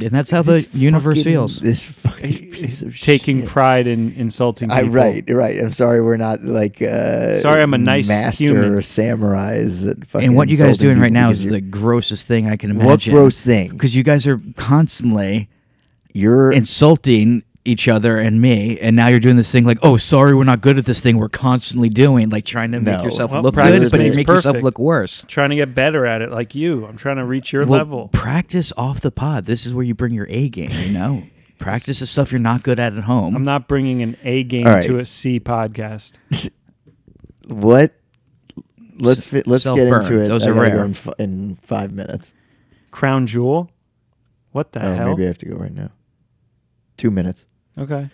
[SPEAKER 2] And that's how
[SPEAKER 1] this
[SPEAKER 2] the universe
[SPEAKER 1] fucking-
[SPEAKER 2] feels.
[SPEAKER 1] This fucking piece of
[SPEAKER 3] taking
[SPEAKER 1] shit.
[SPEAKER 3] pride in insulting.
[SPEAKER 1] I,
[SPEAKER 3] People.
[SPEAKER 1] right, right. I'm sorry, we're not like. Uh,
[SPEAKER 3] Sorry, I'm a nice
[SPEAKER 1] master
[SPEAKER 3] human.
[SPEAKER 1] samurais. That fucking
[SPEAKER 2] And what you guys
[SPEAKER 1] insulting
[SPEAKER 2] doing right
[SPEAKER 1] people
[SPEAKER 2] now
[SPEAKER 1] because
[SPEAKER 2] is
[SPEAKER 1] you're-
[SPEAKER 2] the grossest thing I can imagine.
[SPEAKER 1] what gross thing? Er.
[SPEAKER 2] Because you guys are constantly
[SPEAKER 1] You're
[SPEAKER 2] insulting each other and me, and now you're doing this thing like, oh, sorry, we're not good at this thing we're constantly doing, like trying to
[SPEAKER 1] No.
[SPEAKER 2] make yourself
[SPEAKER 3] Well,
[SPEAKER 2] look
[SPEAKER 3] practice
[SPEAKER 2] good, but you
[SPEAKER 1] makes
[SPEAKER 2] make yourself
[SPEAKER 3] perfect.
[SPEAKER 2] look worse.
[SPEAKER 3] Trying to get better at it, like you. I'm trying to reach your
[SPEAKER 2] Well,
[SPEAKER 3] level.
[SPEAKER 2] Practice off the pod. This is where you bring your A game,
[SPEAKER 1] [LAUGHS]
[SPEAKER 2] you know? practice the stuff you're not good at at home.
[SPEAKER 3] I'm not bringing an A game
[SPEAKER 1] All right.
[SPEAKER 3] to a C podcast.
[SPEAKER 1] what? Let's fi- let's get
[SPEAKER 2] self-burn.
[SPEAKER 1] into it.
[SPEAKER 2] Those
[SPEAKER 1] I
[SPEAKER 2] are
[SPEAKER 1] gotta go
[SPEAKER 2] rare.
[SPEAKER 1] in, f- in five minutes.
[SPEAKER 3] Crown Jewel. What the
[SPEAKER 1] oh,
[SPEAKER 3] hell?
[SPEAKER 1] maybe I have to go right now. Two minutes.
[SPEAKER 3] Okay.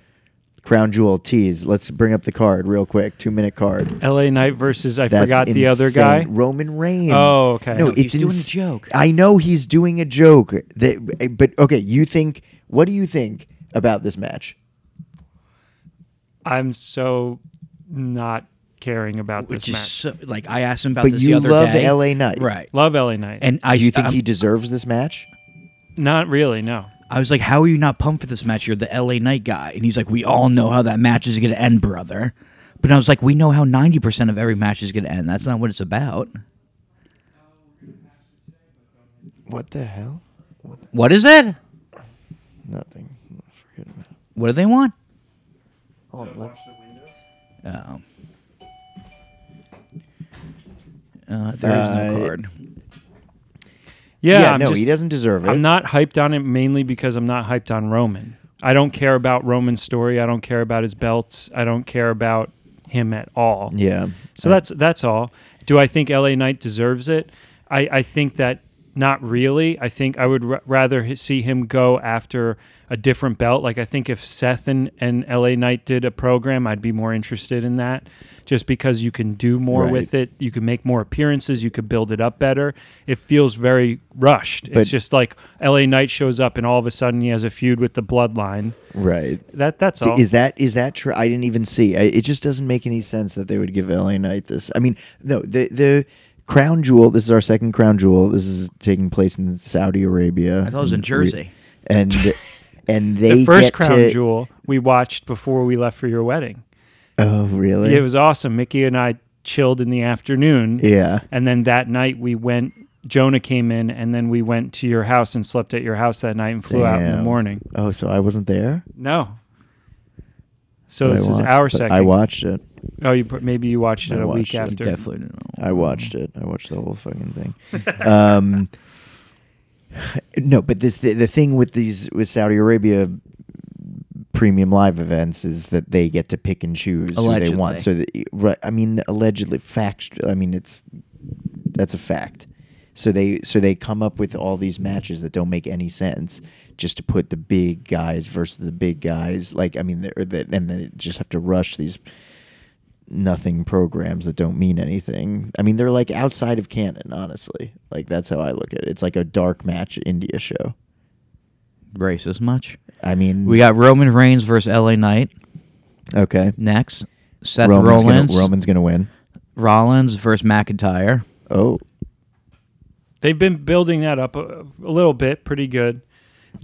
[SPEAKER 1] Crown jewel tease. Let's bring up the card real quick. Two minute card.
[SPEAKER 3] L.A. Knight versus I
[SPEAKER 1] That's
[SPEAKER 3] forgot the other
[SPEAKER 1] insane.
[SPEAKER 3] guy.
[SPEAKER 1] Roman Reigns.
[SPEAKER 3] Oh, okay.
[SPEAKER 1] No,
[SPEAKER 3] No,
[SPEAKER 2] he's
[SPEAKER 1] it's
[SPEAKER 2] doing a
[SPEAKER 1] ins-
[SPEAKER 2] joke.
[SPEAKER 1] I know he's doing a joke. That, but okay, you think? What do you think about this match?
[SPEAKER 3] I'm so not caring about
[SPEAKER 2] which
[SPEAKER 3] this
[SPEAKER 2] is
[SPEAKER 3] match.
[SPEAKER 2] so, like I asked him about
[SPEAKER 1] But
[SPEAKER 2] this
[SPEAKER 1] you
[SPEAKER 2] the other
[SPEAKER 1] love
[SPEAKER 2] day.
[SPEAKER 1] LA Knight,
[SPEAKER 2] right?
[SPEAKER 3] Love L.A. Knight.
[SPEAKER 2] And I,
[SPEAKER 1] Do you think
[SPEAKER 2] I,
[SPEAKER 1] he deserves this match?
[SPEAKER 3] not really. No.
[SPEAKER 2] I was like, "How are you not pumped for this match? You're the LA Knight guy." And he's like, "We all know how that match is going to end, brother." But I was like, "We know how ninety percent of every match is going to end. That's not what it's about."
[SPEAKER 1] What the hell?
[SPEAKER 2] What is it?
[SPEAKER 1] Nothing. Forget about it.
[SPEAKER 2] What do they want?
[SPEAKER 1] Oh, let-
[SPEAKER 2] Oh. Uh, there is no
[SPEAKER 1] Uh,
[SPEAKER 2] card.
[SPEAKER 3] Yeah.
[SPEAKER 1] yeah,
[SPEAKER 3] I'm
[SPEAKER 1] no,
[SPEAKER 3] just,
[SPEAKER 1] he doesn't deserve it.
[SPEAKER 3] I'm not hyped on it mainly because I'm not hyped on Roman. I don't care about Roman's story. I don't care about his belts. I don't care about him at all.
[SPEAKER 1] Yeah.
[SPEAKER 3] So that's that's all. Do I think LA Knight deserves it? I, I think that not really. I think I would r- rather h- see him go after a different belt. Like I think if Seth and, and LA Knight did a program, I'd be more interested in that. Just because you can do more
[SPEAKER 1] Right.
[SPEAKER 3] with it, you can make more appearances, you could build it up better. It feels very rushed.
[SPEAKER 1] But-
[SPEAKER 3] it's just like LA Knight shows up and all of a sudden he has a feud with the Bloodline.
[SPEAKER 1] right.
[SPEAKER 3] That that's all.
[SPEAKER 1] Is that is that true? I didn't even see. I, it just doesn't make any sense that they would give LA Knight this. I mean, no, the the crown jewel. This is our second crown jewel. This is taking place in Saudi Arabia.
[SPEAKER 2] I thought it was in Jersey.
[SPEAKER 3] [LAUGHS]
[SPEAKER 1] and and they
[SPEAKER 3] the first
[SPEAKER 1] get
[SPEAKER 3] crown
[SPEAKER 1] to-
[SPEAKER 3] jewel we watched before we left for your wedding.
[SPEAKER 1] Oh, really?
[SPEAKER 3] Yeah, it was awesome. Mickey and I chilled in the afternoon.
[SPEAKER 1] yeah.
[SPEAKER 3] And then that night we went, Jonah came in, and then we went to your house and slept at your house that night and flew out in the
[SPEAKER 1] Damn.
[SPEAKER 3] morning.
[SPEAKER 1] Oh, so I wasn't there.
[SPEAKER 3] No. So
[SPEAKER 1] But I
[SPEAKER 3] this is
[SPEAKER 1] wa-
[SPEAKER 3] our
[SPEAKER 1] but
[SPEAKER 3] second.
[SPEAKER 1] I watched it.
[SPEAKER 3] oh, you, pr- maybe you watched it
[SPEAKER 1] I
[SPEAKER 3] a
[SPEAKER 1] watched
[SPEAKER 3] week
[SPEAKER 1] it.
[SPEAKER 3] after.
[SPEAKER 2] Definitely don't know.
[SPEAKER 1] I watched it. I watched the whole fucking thing. um, no, but this the, the thing with these with Saudi Arabia premium live events is that they get to pick and choose who they want.
[SPEAKER 2] Allegedly.
[SPEAKER 1] So, that, right, I mean, allegedly, fact. I mean, it's that's a fact. So they so they come up with all these matches that don't make any sense just to put the big guys versus the big guys. Like I mean, they're- that and they just have to rush these nothing programs that don't mean anything. I mean, they're like outside of canon, honestly. Like that's how I look at it. It's like a dark match India show.
[SPEAKER 2] Racist much.
[SPEAKER 1] I mean,
[SPEAKER 2] We got Roman Reigns versus LA Knight
[SPEAKER 1] okay.
[SPEAKER 2] next. Seth
[SPEAKER 1] Roman's
[SPEAKER 2] Rollins,
[SPEAKER 1] gonna, Roman's gonna win.
[SPEAKER 2] Rollins versus McIntyre.
[SPEAKER 1] Oh,
[SPEAKER 3] They've been building that up a, a little bit, pretty good.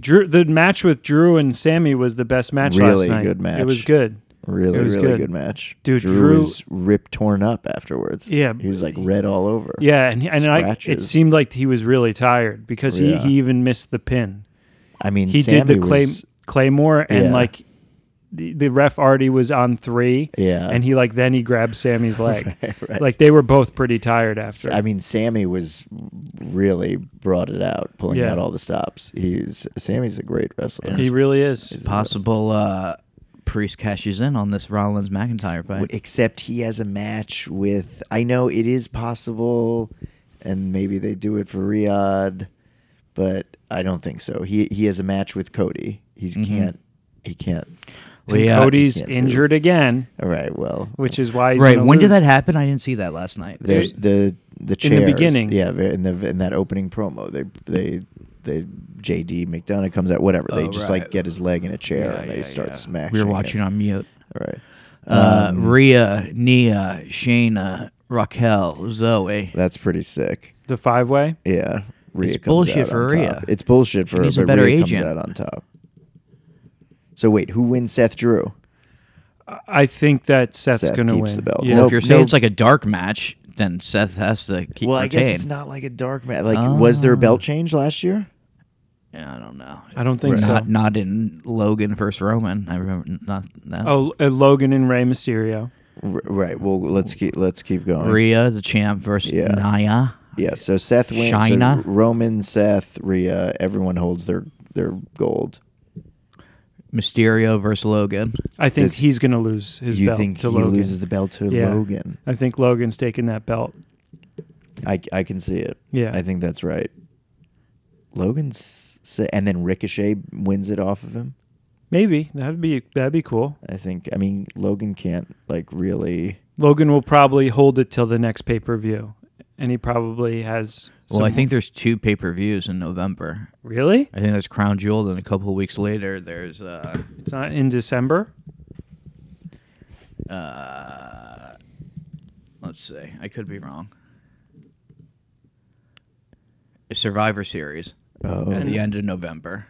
[SPEAKER 3] Drew, the match with Drew and Sammy was the best match last
[SPEAKER 1] Really
[SPEAKER 3] night.
[SPEAKER 1] good match.
[SPEAKER 3] It was good.
[SPEAKER 1] really,
[SPEAKER 3] It was
[SPEAKER 1] really
[SPEAKER 3] good.
[SPEAKER 1] good. match.
[SPEAKER 3] Dude,
[SPEAKER 1] Drew,
[SPEAKER 3] Drew-
[SPEAKER 1] was ripped torn up afterwards.
[SPEAKER 3] Yeah.
[SPEAKER 1] he was like red all over.
[SPEAKER 3] Yeah, and and I, it
[SPEAKER 1] Scratches.
[SPEAKER 3] seemed like he was really tired because
[SPEAKER 1] Yeah.
[SPEAKER 3] he, he even missed the pin.
[SPEAKER 1] I mean,
[SPEAKER 3] he
[SPEAKER 1] Sammy
[SPEAKER 3] did the clay,
[SPEAKER 1] was-
[SPEAKER 3] claymore and
[SPEAKER 1] Yeah.
[SPEAKER 3] like the, the ref already was on three
[SPEAKER 1] Yeah.
[SPEAKER 3] and he like then he grabbed sammy's leg
[SPEAKER 1] [LAUGHS] Right, right.
[SPEAKER 3] like they were both pretty tired after
[SPEAKER 1] I mean, Sammy was really brought it out, pulling
[SPEAKER 3] Yeah.
[SPEAKER 1] out all the stops. He's Sammy's a great wrestler.
[SPEAKER 3] he really is
[SPEAKER 2] Possible uh, Priest cashes in on this Rollins McIntyre
[SPEAKER 1] W-
[SPEAKER 2] fight.
[SPEAKER 1] Except he has a match with. I know it is possible, and maybe they do it for Riyadh, but I don't think so. He he has a match with Cody. He
[SPEAKER 3] Mm-hmm.
[SPEAKER 1] can't. He can't.
[SPEAKER 3] And
[SPEAKER 2] We, uh,
[SPEAKER 3] cody's
[SPEAKER 1] can't do it.
[SPEAKER 3] injured again
[SPEAKER 1] All right. Well,
[SPEAKER 3] which is why he's
[SPEAKER 2] right.
[SPEAKER 3] gonna
[SPEAKER 2] When did
[SPEAKER 3] lose.
[SPEAKER 2] that happen? I didn't see that last night.
[SPEAKER 1] there's the the
[SPEAKER 3] In
[SPEAKER 1] chairs.
[SPEAKER 3] the beginning.
[SPEAKER 1] Yeah, ve- in the in that opening promo, they they they JD McDonough comes out. Whatever. They
[SPEAKER 2] Oh,
[SPEAKER 1] just
[SPEAKER 2] right.
[SPEAKER 1] like get his leg in a chair
[SPEAKER 2] Yeah,
[SPEAKER 1] and they
[SPEAKER 2] yeah,
[SPEAKER 1] start
[SPEAKER 2] yeah.
[SPEAKER 1] smashing.
[SPEAKER 2] We were
[SPEAKER 1] it. Um,
[SPEAKER 2] watching on mute.
[SPEAKER 1] All right.
[SPEAKER 2] Uh, Rhea, Nia, Shayna, Raquel, Zoe.
[SPEAKER 1] That's pretty sick.
[SPEAKER 3] the five way
[SPEAKER 1] Yeah. Rhea
[SPEAKER 2] It's
[SPEAKER 1] comes
[SPEAKER 2] bullshit
[SPEAKER 1] out
[SPEAKER 2] for
[SPEAKER 1] on
[SPEAKER 2] Rhea.
[SPEAKER 1] top. It's bullshit for her,
[SPEAKER 2] needs a
[SPEAKER 1] but
[SPEAKER 2] better
[SPEAKER 1] Rhea
[SPEAKER 2] agent.
[SPEAKER 1] comes out on top. So wait, who wins Seth Drew?
[SPEAKER 3] i think that seth's
[SPEAKER 1] Seth
[SPEAKER 3] gonna
[SPEAKER 1] keeps
[SPEAKER 3] win
[SPEAKER 1] the belt.
[SPEAKER 3] yeah
[SPEAKER 1] Nope.
[SPEAKER 2] if you're saying it's like a dark match, then Seth has to keep.
[SPEAKER 1] well, I guess
[SPEAKER 2] retain.
[SPEAKER 1] it's not like a dark match. Like, was there a belt change last year?
[SPEAKER 2] I don't know.
[SPEAKER 3] i don't think so
[SPEAKER 2] Not not in Logan versus Roman. I remember not that.
[SPEAKER 3] oh uh, logan and Rey mysterio
[SPEAKER 1] R- right. Well, let's keep let's keep going.
[SPEAKER 2] Rhea, the champ, versus
[SPEAKER 1] Oh. Yeah.
[SPEAKER 2] Naya.
[SPEAKER 1] Yeah. So Seth wins. so
[SPEAKER 2] Shayna?
[SPEAKER 1] Roman, Seth, Rhea. Everyone holds their their gold.
[SPEAKER 2] Mysterio versus Logan.
[SPEAKER 3] i think
[SPEAKER 1] Does-
[SPEAKER 3] he's gonna lose his
[SPEAKER 1] you
[SPEAKER 3] belt
[SPEAKER 1] think
[SPEAKER 3] to
[SPEAKER 1] he
[SPEAKER 3] logan
[SPEAKER 1] loses the belt to
[SPEAKER 3] Yeah.
[SPEAKER 1] Logan?
[SPEAKER 3] i think logan's taking that belt
[SPEAKER 1] I I can see it.
[SPEAKER 3] Yeah.
[SPEAKER 1] I think that's right. Logan's si- and then Ricochet wins it off of him.
[SPEAKER 3] maybe that'd be that'd be cool
[SPEAKER 1] I think. I mean, Logan can't like really.
[SPEAKER 3] Logan will probably hold it till the next pay per view, and he probably has.
[SPEAKER 2] Well,
[SPEAKER 3] some-
[SPEAKER 2] I think there's two pay per views in November.
[SPEAKER 3] really
[SPEAKER 2] I think there's Crown Jewel, and a couple of weeks later, there's uh,
[SPEAKER 3] it's not in December.
[SPEAKER 2] uh, let's see. I could be wrong. A Survivor Series at
[SPEAKER 1] Oh,
[SPEAKER 2] the end of November.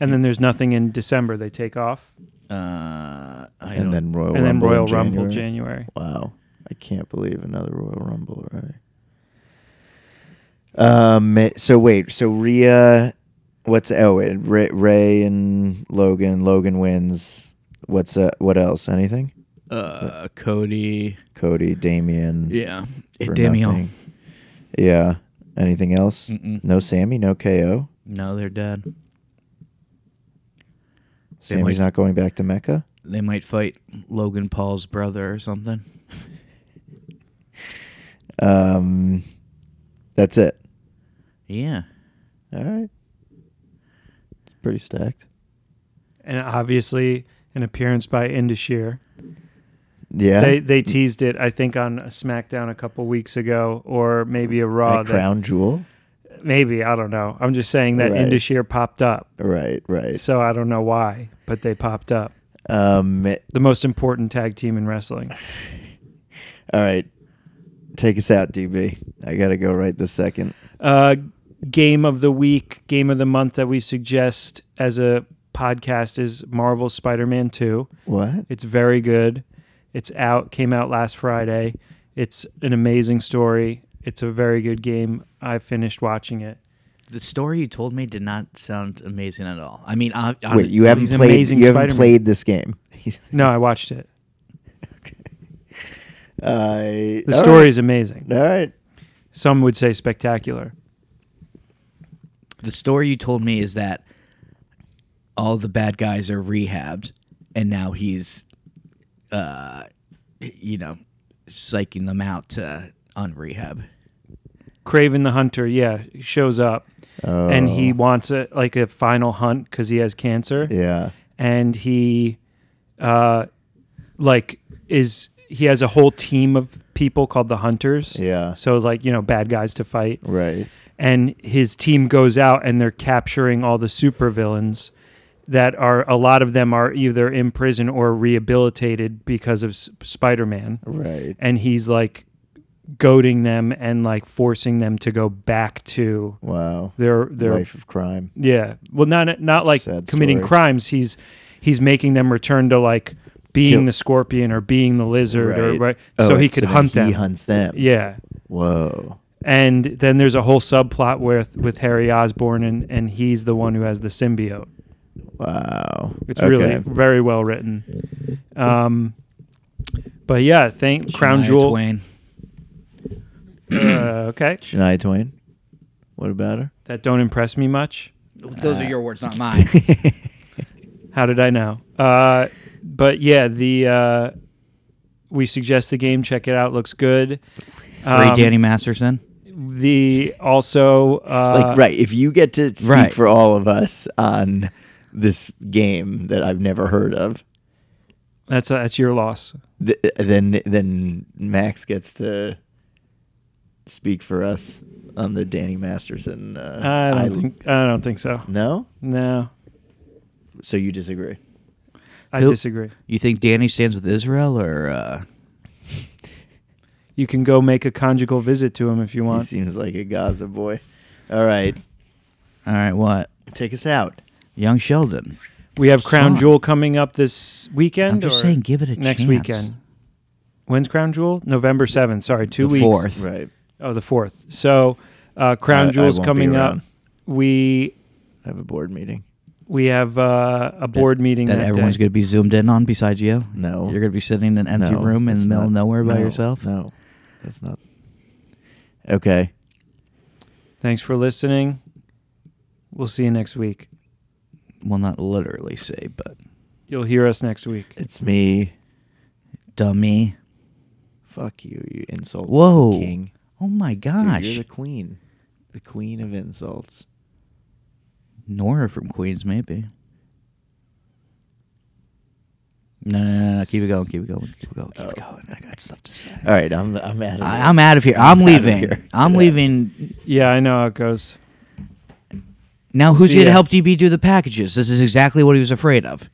[SPEAKER 3] And then there's nothing in December. They take off,
[SPEAKER 2] Uh, I don't-
[SPEAKER 1] and then Royal
[SPEAKER 3] and then
[SPEAKER 1] Rumble in
[SPEAKER 3] Royal Rumble
[SPEAKER 1] January.
[SPEAKER 3] January.
[SPEAKER 1] Wow, I can't believe another Royal Rumble already. Um. So wait. So Rhea, what's oh wait, Ray, Ray and Logan. Logan wins. What's uh, what else? Anything?
[SPEAKER 2] uh, Cody.
[SPEAKER 1] Cody, Damien.
[SPEAKER 2] Yeah,
[SPEAKER 1] for
[SPEAKER 2] Damiel.
[SPEAKER 1] nothing. Yeah. Anything else?
[SPEAKER 2] Mm-mm.
[SPEAKER 1] No Sammy. No KO.
[SPEAKER 2] No, they're dead. They
[SPEAKER 1] Sammy's
[SPEAKER 2] might-
[SPEAKER 1] not going back to Mecca.
[SPEAKER 2] They might fight Logan Paul's brother or something. [LAUGHS]
[SPEAKER 1] Um. That's it.
[SPEAKER 2] Yeah.
[SPEAKER 1] All right. It's pretty stacked.
[SPEAKER 3] And obviously, an appearance by Indashir.
[SPEAKER 1] Yeah.
[SPEAKER 3] They they teased it. I think on SmackDown a couple weeks ago, or maybe a Raw.
[SPEAKER 1] That
[SPEAKER 3] that-
[SPEAKER 1] crown jewel.
[SPEAKER 3] maybe I don't know. I'm just saying that
[SPEAKER 1] Right.
[SPEAKER 3] Indashir popped up.
[SPEAKER 1] Right. Right.
[SPEAKER 3] So I don't know why, but they popped up.
[SPEAKER 1] Um.
[SPEAKER 3] The most important tag team in wrestling.
[SPEAKER 1] [SIGHS] All right. Take us out, DB. I gotta go right this second.
[SPEAKER 3] uh, game of the week, game of the month that we suggest as a podcast is Marvel Spider Man 2.
[SPEAKER 1] What?
[SPEAKER 3] It's very good. It's out, came out last Friday. It's an amazing story. It's a very good game. I finished watching it.
[SPEAKER 2] The story you told me did not sound amazing at all. I mean, I, I,
[SPEAKER 1] Wait, you haven't
[SPEAKER 3] he's
[SPEAKER 1] played.
[SPEAKER 3] amazing
[SPEAKER 1] You haven't
[SPEAKER 3] Spider-Man.
[SPEAKER 1] played this game. [LAUGHS]
[SPEAKER 3] No, I watched it.
[SPEAKER 1] uh,
[SPEAKER 3] The story is amazing.
[SPEAKER 1] All right.
[SPEAKER 3] Some would say spectacular.
[SPEAKER 2] the story you told me is that all the bad guys are rehabbed, and now he's, uh, you know, psyching them out to unrehab.
[SPEAKER 3] Craven the Hunter, yeah, shows up and he wants a, like a final hunt because he has cancer.
[SPEAKER 1] Yeah.
[SPEAKER 3] and he uh like is he has a whole team of people called the hunters
[SPEAKER 1] Yeah.
[SPEAKER 3] so like you know bad guys to fight
[SPEAKER 1] Right.
[SPEAKER 3] and his team goes out and they're capturing all the supervillains that are a lot of them are either in prison or rehabilitated because of S- spider-man
[SPEAKER 1] Right.
[SPEAKER 3] and he's like goading them and like forcing them to go back to
[SPEAKER 1] Wow.
[SPEAKER 3] their their
[SPEAKER 1] Life of crime.
[SPEAKER 3] yeah. Well, not not like
[SPEAKER 1] Sad
[SPEAKER 3] committing
[SPEAKER 1] story.
[SPEAKER 3] crimes. He's he's making them return to like being
[SPEAKER 1] Kill-
[SPEAKER 3] the scorpion or being the lizard or right,
[SPEAKER 1] Oh,
[SPEAKER 3] so he
[SPEAKER 1] wait,
[SPEAKER 3] could
[SPEAKER 1] then
[SPEAKER 3] hunt
[SPEAKER 1] He
[SPEAKER 3] them.
[SPEAKER 1] hunts them.
[SPEAKER 3] yeah,
[SPEAKER 1] Whoa.
[SPEAKER 3] And then there's a whole subplot with with Harry Osborn, and and he's the one who has the symbiote.
[SPEAKER 1] Wow.
[SPEAKER 3] It's really very well written. Um, but yeah, thank Crown
[SPEAKER 2] Shania
[SPEAKER 3] Jewel.
[SPEAKER 2] Twain.
[SPEAKER 3] Uh, okay,
[SPEAKER 1] Shania Twain. What about her?
[SPEAKER 3] that don't impress me much.
[SPEAKER 2] Those are your words, [LAUGHS] not mine.
[SPEAKER 1] [LAUGHS]
[SPEAKER 3] How did I know? Uh, but yeah, the uh, we suggest the game. Check it out. Looks good.
[SPEAKER 2] Free
[SPEAKER 3] Um,
[SPEAKER 2] Danny Masterson.
[SPEAKER 3] The also uh,
[SPEAKER 1] like right, if you get to speak
[SPEAKER 2] right.
[SPEAKER 1] for all of us on this game that I've never heard of,
[SPEAKER 3] That's uh, that's your loss.
[SPEAKER 1] th- then then Max gets to speak for us on the Danny Masterson. Uh,
[SPEAKER 3] I don't
[SPEAKER 1] I-
[SPEAKER 3] think I don't think so.
[SPEAKER 1] No,
[SPEAKER 3] No,
[SPEAKER 1] so you
[SPEAKER 3] [LAUGHS]
[SPEAKER 1] disagree?
[SPEAKER 3] I
[SPEAKER 2] Who-
[SPEAKER 3] disagree.
[SPEAKER 2] You think Danny stands with Israel or uh,
[SPEAKER 3] You can go make a conjugal visit to him if you
[SPEAKER 1] He
[SPEAKER 3] want.
[SPEAKER 1] seems like a Gaza boy. All right,
[SPEAKER 2] all right, what?
[SPEAKER 1] take us out.
[SPEAKER 2] Young Sheldon.
[SPEAKER 3] We have Crown
[SPEAKER 2] Fine.
[SPEAKER 3] Jewel coming up this weekend.
[SPEAKER 2] I'm just
[SPEAKER 3] or
[SPEAKER 2] saying give it a
[SPEAKER 3] next
[SPEAKER 2] chance.
[SPEAKER 3] weekend. When's Crown Jewel? November seventh. Sorry, two
[SPEAKER 2] The
[SPEAKER 3] weeks.
[SPEAKER 2] fourth.
[SPEAKER 1] Right,
[SPEAKER 3] Oh, the fourth. So uh, Crown
[SPEAKER 1] I- I
[SPEAKER 3] Jewel's
[SPEAKER 1] won't be
[SPEAKER 3] coming up.
[SPEAKER 1] around.
[SPEAKER 3] We
[SPEAKER 1] I have a board meeting.
[SPEAKER 3] we have uh, a board meeting
[SPEAKER 2] that,
[SPEAKER 3] that
[SPEAKER 2] everyone's
[SPEAKER 3] day.
[SPEAKER 2] going to be zoomed in on besides you.
[SPEAKER 1] No,
[SPEAKER 2] You're going to be sitting in an empty
[SPEAKER 1] No,
[SPEAKER 2] room in
[SPEAKER 1] that's
[SPEAKER 2] the middle of
[SPEAKER 1] not-
[SPEAKER 2] nowhere by
[SPEAKER 1] no,
[SPEAKER 2] yourself.
[SPEAKER 1] No, that's not. Okay.
[SPEAKER 3] Thanks for listening. We'll see you next week.
[SPEAKER 2] Well, not literally say, but
[SPEAKER 3] You'll hear us next week.
[SPEAKER 1] It's me.
[SPEAKER 2] dummy.
[SPEAKER 1] Fuck you, you insult
[SPEAKER 2] Whoa.
[SPEAKER 1] king.
[SPEAKER 2] Oh my
[SPEAKER 1] Dude,
[SPEAKER 2] gosh.
[SPEAKER 1] you're the queen. The queen of insults.
[SPEAKER 2] Nora from Queens, maybe. No, no, no, no, keep it going, keep it going, keep it going, keep it
[SPEAKER 3] Oh.
[SPEAKER 2] going. I got stuff to say.
[SPEAKER 1] All right, I'm I'm out of
[SPEAKER 2] I,
[SPEAKER 1] here.
[SPEAKER 2] I'm out of here. I'm,
[SPEAKER 1] I'm Uh, outta
[SPEAKER 2] leaving.
[SPEAKER 1] here.
[SPEAKER 2] I'm
[SPEAKER 1] Yeah.
[SPEAKER 2] leaving.
[SPEAKER 3] Yeah, I know how it goes.
[SPEAKER 2] Now, who's
[SPEAKER 3] See
[SPEAKER 2] going to
[SPEAKER 3] ya.
[SPEAKER 2] help DB do the packages? This is exactly what he was afraid of.